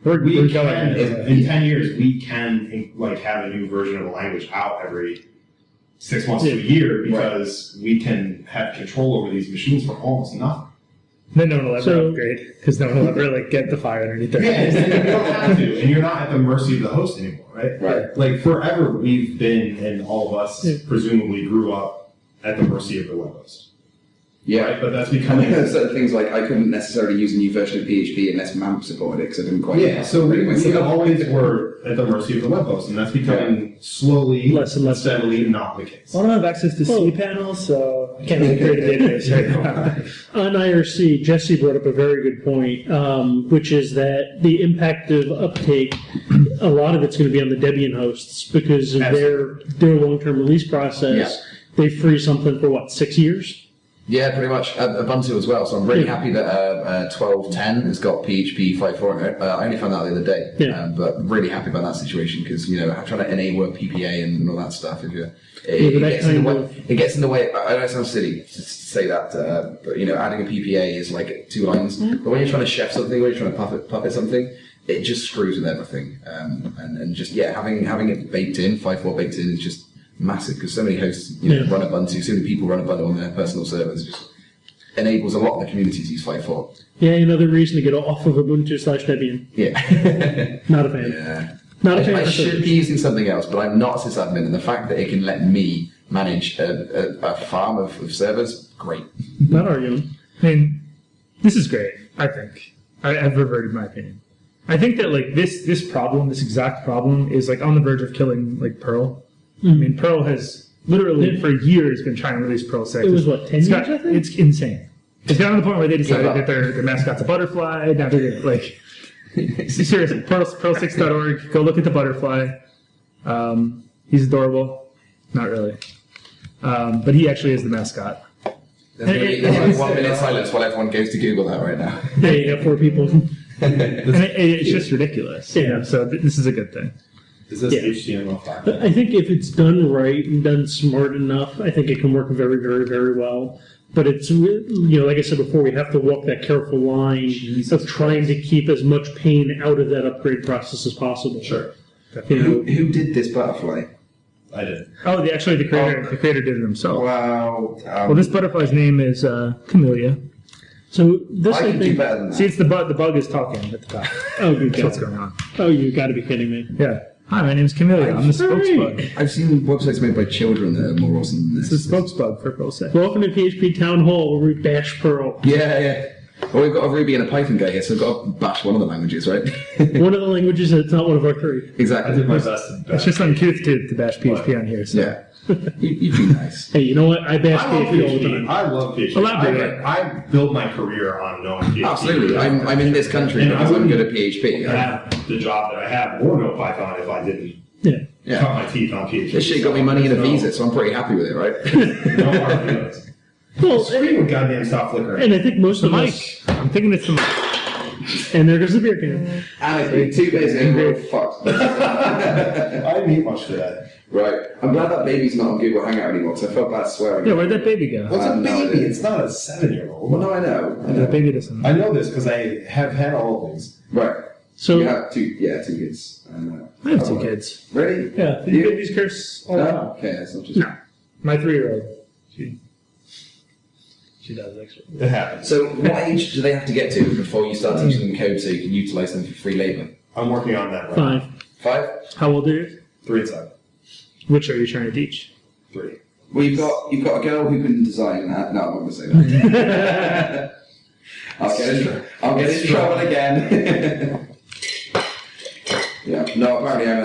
S2: We're,
S3: we
S2: we're
S3: can,
S2: going.
S3: in, in 10 years we can like have a new version of a language out every six months to a year because we can have control over these machines for almost nothing
S2: Then no one will ever
S4: So-
S2: upgrade because no one will ever like get the fire underneath their
S3: yeah
S2: head.
S3: and you don't have to and you're not at the mercy of the host anymore right
S1: Right.
S3: like forever we've been and all of us
S4: Yeah.
S3: presumably grew up at the mercy of the web host
S1: Yeah.
S3: right but that's
S1: And
S3: becoming
S1: then there's certain things like I couldn't necessarily use a new version of PHP unless MAMP supported it because I didn't quite.
S3: yeah, so we,
S1: upgrade
S3: we
S1: myself.
S3: always were at the mercy of the web host, and that's becoming slowly,
S4: Less and less.
S3: steadily not the case.
S6: I don't have access to
S4: Well-
S6: cPanel, so I can't really create a database right now.
S4: On IRC, Jesse brought up a very good point, um, which is that the impact of uptake, a lot of it's going to be on the Debian hosts because of their their long term release process. They free something for what six years?
S1: Yeah, pretty much uh, Ubuntu as well. So I'm really
S4: Yeah.
S1: happy that uh, uh, 12.10 has got PHP 5.4. Uh, I only found out the other day,
S4: Yeah.
S1: um, but really happy about that situation because you know trying to enable PPA and all that stuff. If you're, it,
S4: Yeah, but
S1: it
S4: that
S1: gets in the
S4: kind
S1: way.
S4: of-
S1: It gets in the way. I I know it sounds silly to s- say that, uh, but you know, adding a PPA is like two lines. But when you're trying to chef something, when you're trying to puppet puppet something, it just screws with everything. Um, and, and just yeah, having having it baked in, 5.4 baked in is just massive because so many hosts you know,
S4: Yeah.
S1: run Ubuntu, so many people run Ubuntu on their personal servers. It just enables a lot of the community to use 5.4.
S4: Yeah, another reason to get off of Ubuntu slash Debian.
S1: Yeah.
S4: Not a fan.
S1: yeah.
S4: Not a fan.
S1: I, I
S4: of
S1: should
S4: it.
S1: be using something else, but I'm not sysadmin, and the fact that it can let me manage a, a, a farm of, of servers, great.
S4: Not arguing.
S2: I mean, this is great. I think I, I've reverted my opinion. I think that like this this problem, this exact problem, is like on the verge of killing like Pearl. I mean, Pearl has literally for years been trying to release Pearl six.
S4: It was, what, 10
S2: It's got-
S4: years, I think?
S2: It's insane. It's gotten to the point where they decided
S1: Yeah.
S2: that their, their mascot's a butterfly. Now they're gonna, like seriously, Pearl, Pearl6.org. Go look at the butterfly. Um, he's adorable. Not really, um, but he actually is the mascot.
S1: There's gonna be-
S2: It-
S1: there's
S2: it-
S1: like
S2: it's-
S1: one minute silence while everyone goes to Google that right now.
S4: Yeah, you got four people.
S2: And it- it's just ridiculous. you know, so th- this is a good thing.
S7: Is this
S4: Yeah.
S7: HTML5?
S4: But I think if it's done right and done smart enough, I think it can work very, very, very well. But it's re- you know, like I said before, we have to walk that careful line of trying to keep as much pain out of that upgrade process as possible.
S7: Sure,
S4: You know,
S1: Who, who did this butterfly?
S7: I did.
S2: Oh, the, actually, the creator the creator did it himself.
S1: Wow. Um,
S2: Well, this butterfly's name is uh, Camellia.
S4: so this
S1: I
S4: I,
S1: can do
S4: think.
S1: better than
S2: See,
S1: that.
S2: it's the bug. The bug is talking at the top.
S4: Oh, good
S2: That's what's
S4: God.
S2: going on.
S4: Oh, you got to be kidding me.
S2: Yeah. Hi, my name's Camellia. I'm the spokesbug.
S1: I've seen websites made by children that are more awesome than this.
S2: This is spokesbug for Pearl Set.
S4: Welcome to PHP Town Hall where we bash Perl.
S1: Yeah, yeah. Well, we've got a Ruby and a Python guy here, so we've got to bash one of the languages, right?
S4: One of the languages that's not one of our three.
S7: I
S1: exactly.
S7: did my best. to
S2: It's just uncouth to, to bash PHP on here. So.
S1: Yeah. you, you'd be nice.
S4: Hey, you know what? I bash
S7: I love
S4: PHP all the
S7: PhD.
S4: time.
S7: I love PhD.
S2: Elaborate.
S7: I, I built my career on knowing PhD.
S1: Absolutely. I'm, I'm in this country
S7: And I
S1: because I'm
S7: wouldn't
S1: good at PHP. I-
S7: have the job that I have or no Python if I didn't
S4: Yeah.
S1: yeah.
S7: cut my teeth on PhD.
S1: This shit got me money and a visa, so I'm pretty happy with it, right?
S7: No hard feelings. The
S4: Well,
S7: screen would goddamn stop flickering.
S4: and I think most
S2: The
S4: of
S2: mic. I'm thinking it's the mic.
S4: us, and there goes the beer can.
S1: Honestly, two days in, we're fucked.
S7: I didn't eat much today.
S1: Right. I'm glad that baby's not on Google Hangout anymore because I felt bad swearing.
S2: Yeah, where'd that baby go?
S7: What's
S1: I
S7: a
S1: have no
S7: baby?
S1: idea.
S7: It's not a seven-year-old.
S1: Well, no, I know. I
S2: That
S1: know.
S2: baby doesn't.
S7: I know this because I have had all of these.
S1: Right.
S4: So
S1: you have two, yeah, two kids. I know.
S2: I have two kids. Oh,
S1: Really?
S8: Yeah, you get these curses all
S1: No?
S8: the time.
S1: Okay, that's not just.
S2: No.
S8: My three-year-old, she, she does actually.
S7: It happens.
S1: So, what age do they have to get to before you start teaching them code so you can utilize them for free labor?
S7: I'm working on that right now.
S4: five.
S1: Five?
S4: How old are you?
S7: Three and seven.
S2: Which are you trying to teach?
S7: Three.
S1: Well, you've got you've got a girl who can design. That. No, I'm not going to say that. I'll get in, I'll get in trouble again. yeah. No, apparently I'm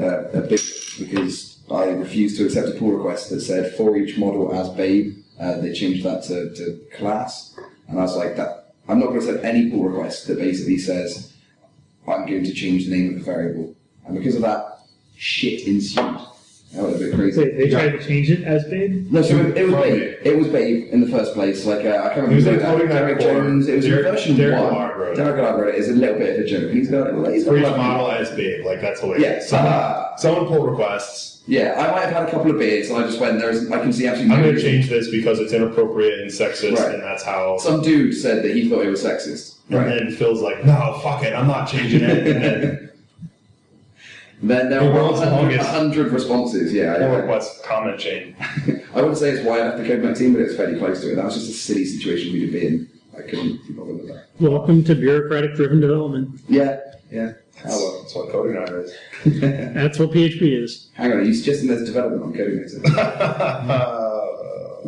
S1: a, um, a, a big because I refused to accept a pull request that said for each model as babe. Uh, they changed that to, to class, and I was like, that I'm not going to accept any pull request that basically says I'm going to change the name of a variable, and because of that, shit ensued. That was a bit crazy.
S8: Wait, they tried to change it as babe?
S1: No, so it, it was
S7: From
S1: Babe. It was Babe in the first place. Like uh, I can't remember.
S7: It was
S1: who
S7: like
S1: wrote
S7: Coding Night
S1: Derek
S7: Core.
S1: Jones. It was
S7: Derek-
S1: version
S7: Derek
S1: one.
S7: Allard wrote it.
S1: Derek Allard wrote it. It's a little bit of a joke. He's got. He's got
S7: For each
S1: lucky.
S7: model as big. Like, that's the way.
S1: Yeah.
S7: Someone,
S1: Ah.
S7: someone pull requests.
S1: Yeah, I might have had a couple of beers, and I just went. There's. I can see absolutely.
S7: I'm
S1: no
S7: going to
S1: reason-
S7: change this because it's inappropriate and sexist,
S1: Right.
S7: and that's how.
S1: Some dude said that he thought it was sexist.
S7: And then Phil's like, no, fuck it, I'm not changing it. And then
S1: Then there
S7: The
S1: were
S7: world's longest.
S1: 100 responses. Yeah.
S7: pull
S1: I,
S7: request comment chain.
S1: I wouldn't say it's why I left the code my team, but it's fairly close to it. That was just a silly situation we'd have been. in. I couldn't be bothered with that.
S4: Welcome to bureaucratic driven development.
S1: Yeah. Yeah.
S7: That's,
S1: Oh
S7: that's what coding art is.
S1: well.
S4: That's what PHP is.
S1: Hang on, are you suggesting there's development on coding? Is it?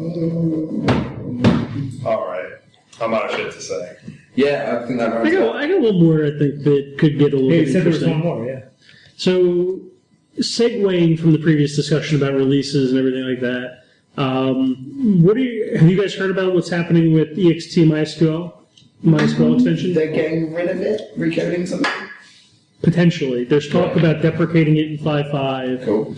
S7: all right. I'm out of shit to say.
S1: Yeah, I think that
S4: I
S1: rounds
S4: got,
S1: up.
S4: I got one more I think that could get a little
S8: Yeah, you
S4: bit
S8: said there was
S4: interesting.
S8: one more, yeah.
S4: So, segueing from the previous discussion about releases and everything like that, um, what do you, have you guys heard about what's happening with ext MySQL, MySQL extension?
S1: They're getting rid of it, recoding something.
S4: Potentially, there's talk about deprecating it in 5.5
S1: Cool.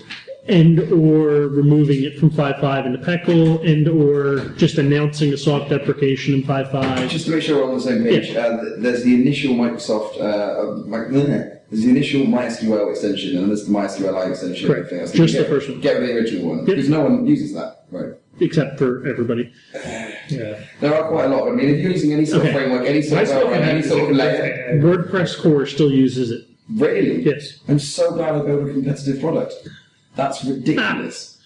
S4: and or removing it from 5.5 into Peckle and or just announcing a soft deprecation in 5.5.
S1: Just to make sure we're on the same page, uh, th- there's the initial Microsoft, uh, uh, Mi- bleh, there's the initial MySQL extension, and there's the MySQL extension. and
S4: Correct.
S1: everything else.
S4: Just the
S1: Get-
S4: first one.
S1: Get rid of the original one
S4: Yep.
S1: because no one uses that, right?
S4: except for everybody.
S8: Yeah.
S1: There are quite a lot. I mean, if you're using any sort of
S4: Okay.
S1: framework, any sort of
S8: Myself
S1: algorithm,
S8: and
S1: any sort of layer,
S8: Andy-
S4: WordPress core still uses it.
S1: really,
S4: Yes.
S1: I'm so glad I built a competitive product. That's ridiculous.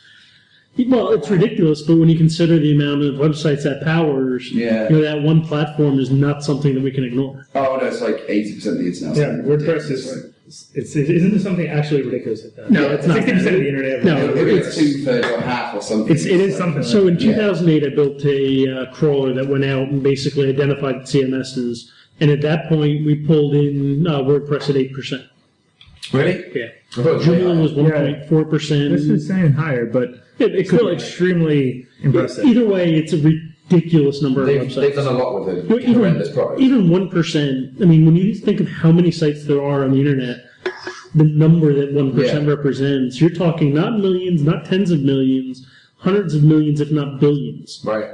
S4: Well, it's ridiculous, but when you consider the amount of websites that powers,
S1: Yeah.
S4: you know, that one platform is not something that we can ignore.
S1: Oh no, it's like 80% of the internet.
S8: Yeah, WordPress
S1: Right.
S8: is, it's, it- isn't there something actually ridiculous at that?
S4: No, it's not.
S8: 60% of the internet.
S4: No,
S1: It'll be like two thirds or half or something.
S2: It's, it is
S1: So-
S2: something.
S4: So
S2: like
S4: in 2008, I built a uh, crawler that went out and basically identified CMSs, and at that point, we pulled in uh, WordPress at 8%.
S1: Really?
S4: Yeah.
S1: I thought it was way
S4: Joomla
S1: higher.
S4: was 1.4%.
S2: that. this is saying higher, but
S4: it, it
S2: it's still
S4: could be.
S2: extremely impressive.
S4: Either way, it's a ridiculous number of
S1: They've,
S4: websites.
S1: they've done a lot with
S4: Well,
S1: a horrendous
S4: even,
S1: product.
S4: even one percent. I mean, when you think of how many sites there are on the internet, the number that one percent represents, you're talking not millions, not tens of millions, hundreds of millions, if not billions,
S1: Right.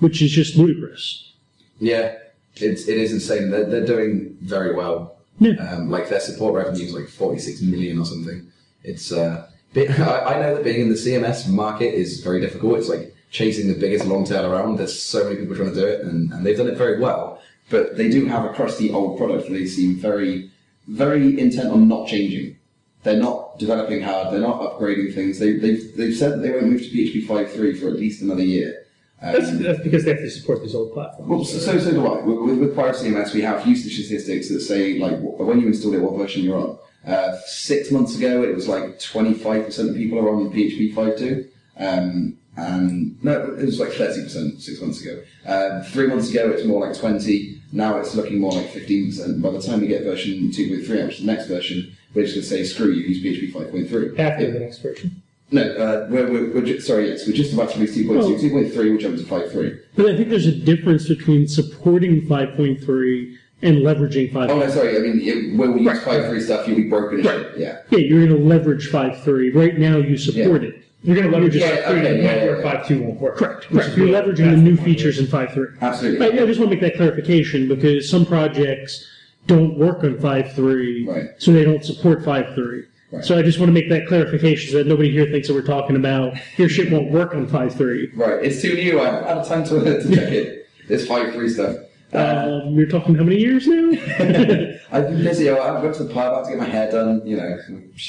S4: which is just ludicrous.
S1: Yeah, it's it is insane. They're, they're doing very well.
S4: Yeah.
S1: Um, like their support revenue is like 46 million or something. It's uh, bit, I, I know that being in the CMS market is very difficult. It's like chasing the biggest long tail around. There's so many people trying to do it, and, and they've done it very well. But they do have a crusty old product. They seem very, very intent on not changing. They're not developing hard. They're not upgrading things. They, they've, they've said that they won't move to PHP 5.3 for at least another year. Um,
S8: That's, that's because they have to support these old platforms.
S1: well, so, so, so do I. With, with, with Pirate CMS, we have usage statistics that say, like, wh- when you install it, what version you're on. Uh, six months ago, it was like 25% of people are on PHP 5.2. Um, and no, it was like 30% six months ago. Um, three months ago, it's more like 20. Now it's looking more like 15%. By the time we get version 2.3, which is the next version, we're just going to say, screw you, use PHP 5.3.
S8: After the next version.
S1: No, uh, we're, we're, we're ju- sorry, yes, we're just about to release 2.2. 2.3, we'll jump to 5.3.
S4: But I think there's a difference between supporting 5.3 and leveraging 5.3.
S1: Oh, no, sorry. I mean, it, when we use five free stuff, you'll be broken. Right. Yeah.
S4: Yeah, you're going to leverage 5.3 Right now, you support it.
S8: You're going to leverage
S1: Yeah,
S8: 5.3, and
S1: okay, yeah,
S8: where
S1: yeah.
S8: 5.2 won't work. Correct.
S4: Right, You're leveraging the new features in 5.3.
S1: Absolutely.
S4: Right, I just want to make that clarification because some projects don't work on 5.3,
S1: Right.
S4: so they don't support 5.3.
S1: Right.
S4: So I just want to make that clarification so that nobody here thinks that we're talking about your shit won't work on 5.3.
S1: Right. It's too new. I haven't had time to, to check it. It's five free stuff. Uh,
S4: Um, you're talking how many years now?
S1: I've been busy. I I went to the pub. I had to get my hair done. You know.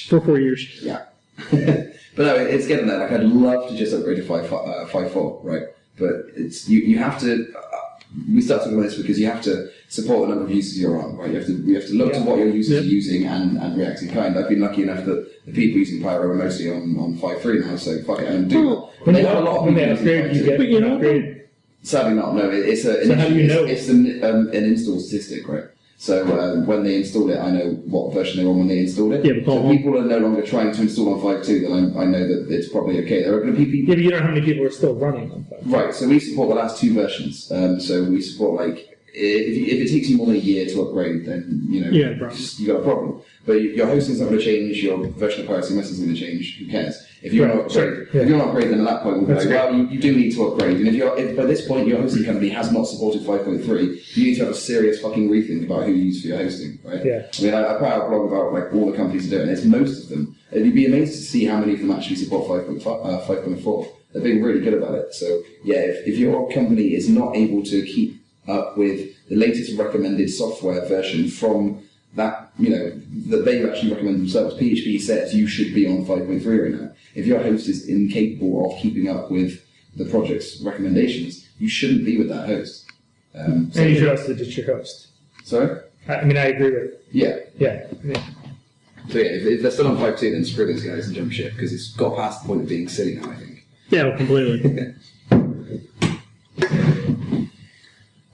S4: For four years.
S1: Yeah. but no, it's getting there. Like I'd love to just upgrade to five fi- uh, five four, right? But it's you. You have to. Uh, we start talking about this because you have to support the number of users you're on, right? You have to you have to look to what your users
S4: Yep.
S1: are using and, and react in kind. I've been lucky enough that the people using Pyro are mostly on, on five three now, so fuck it, I don't do
S4: Well,
S1: that.
S8: When
S1: They
S8: they,
S1: have a lot of
S8: when Hmm. they
S1: people
S8: upgrade,
S1: using
S8: you get
S1: 5.2.
S4: But you
S8: an
S4: know-
S8: upgrade.
S1: Sadly, not. No, it, it's a.
S8: So how do you
S1: it's,
S8: know?
S1: It's an, um, an install statistic, right? So um, when they install it, I know what version they're on when they installed it.
S4: Yeah, but
S1: so
S4: Paul-
S1: people are no longer trying to install on 5.2, then I, I know that it's probably okay. There are going to be people.
S8: Yeah, but you don't know how many people are still running on 5.2.
S1: Right, so we support the last two versions. Um, so we support, like, i- if, you- if it takes you more than a year to upgrade, then, you know,
S4: Yeah, right.
S1: just- you got a problem. But y- your hosting's not going to change, your version of Pirate CMS is going to change, who cares? If you're
S8: Right,
S1: not upgrade,
S8: sure, yeah.
S1: if you're not upgrading, then at that point we'll be
S8: That's
S1: like, well, you, you do need to upgrade. And if you're if by this point your hosting company has not supported 5.3, you need to have a serious fucking rethink about who you use for your hosting, right?
S8: Yeah.
S1: I mean, I, I quite have a blog about like all the companies that do it, and it's most of them. And you'd be amazed to see how many of them actually support 5.5, uh, 5.4. They're being really good about it. So yeah, if, if your company is not able to keep up with the latest recommended software version from that you know that they actually recommend themselves. PHP says you should be on 5.3 right now. If your host is incapable of keeping up with the project's recommendations, you shouldn't be with that host. Um,
S8: And you should also ditch your host.
S1: so
S8: I I mean, I agree with it.
S1: yeah,
S8: Yeah. I mean,
S1: so yeah, if, if they're still on 5.2, then screw those guys and jump ship because it's got past the point of being silly now. I think.
S4: Yeah, completely.
S1: And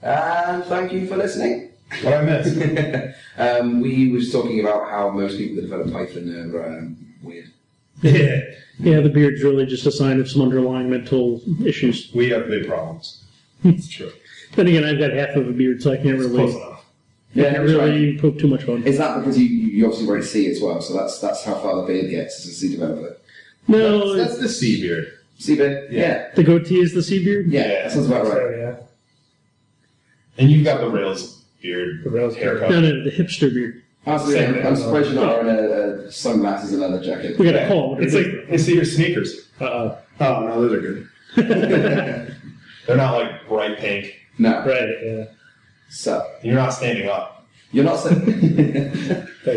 S1: Uh, thank you for listening.
S7: What I missed.
S1: um, we were just talking about how most people that develop Python are um, weird.
S8: yeah.
S4: yeah, the beard's really just a sign of some underlying mental issues.
S7: We have big problems. It's true.
S4: Then again, I've got half of a beard, so I can't
S7: It's close
S4: really,
S7: enough.
S4: I can't really poke too much on.
S1: Is that because you, you obviously write C as well? So that's that's how far the beard gets as a C developer.
S4: No,
S7: That's, that's the sea beard.
S1: C beard? Yeah.
S4: the goatee is the sea beard.
S1: yeah. that sounds about right.
S8: So, yeah.
S7: And you've got the Rails beard
S8: The Rails beard.
S7: haircut.
S4: No, no, the hipster beard.
S1: Honestly,
S7: Same
S1: I'm,
S7: thing.
S1: I'm surprised you're not wearing a, a sunglasses and leather jacket.
S4: We got a call.
S7: It's like it's your sneakers.
S8: Uh-oh.
S7: Oh no, those are good. They're not like bright pink.
S1: No.
S8: Right, yeah.
S1: So
S7: You're not standing up.
S1: you're not sa-
S8: Thank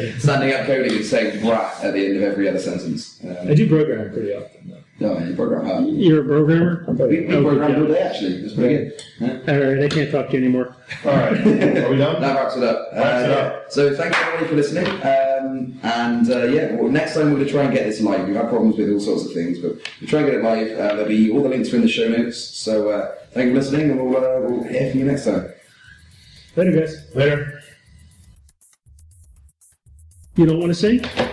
S8: you.
S1: standing up coding and saying "brat" at the end of every other sentence.
S8: I
S1: Um,
S8: do program pretty often, though.
S1: no, you program hard.
S4: you're a programmer.
S1: We, we
S4: Oh,
S1: programmed
S4: yeah.
S1: all day actually. It was pretty good.
S4: All right, I can't talk to you anymore.
S7: All right. Are we done?
S1: That wraps it up.
S7: Wraps it
S1: Uh,
S7: up.
S1: So thank you everybody for listening. Um, and uh, yeah, well, next time we're going to try and get this live. We've had problems with all sorts of things, but we'll try and get it live. Uh, there'll be all the links are in the show notes. So uh, thank you for listening, and we'll, uh, we'll hear from you next time.
S8: Later, guys.
S7: Later.
S4: You don't want to say?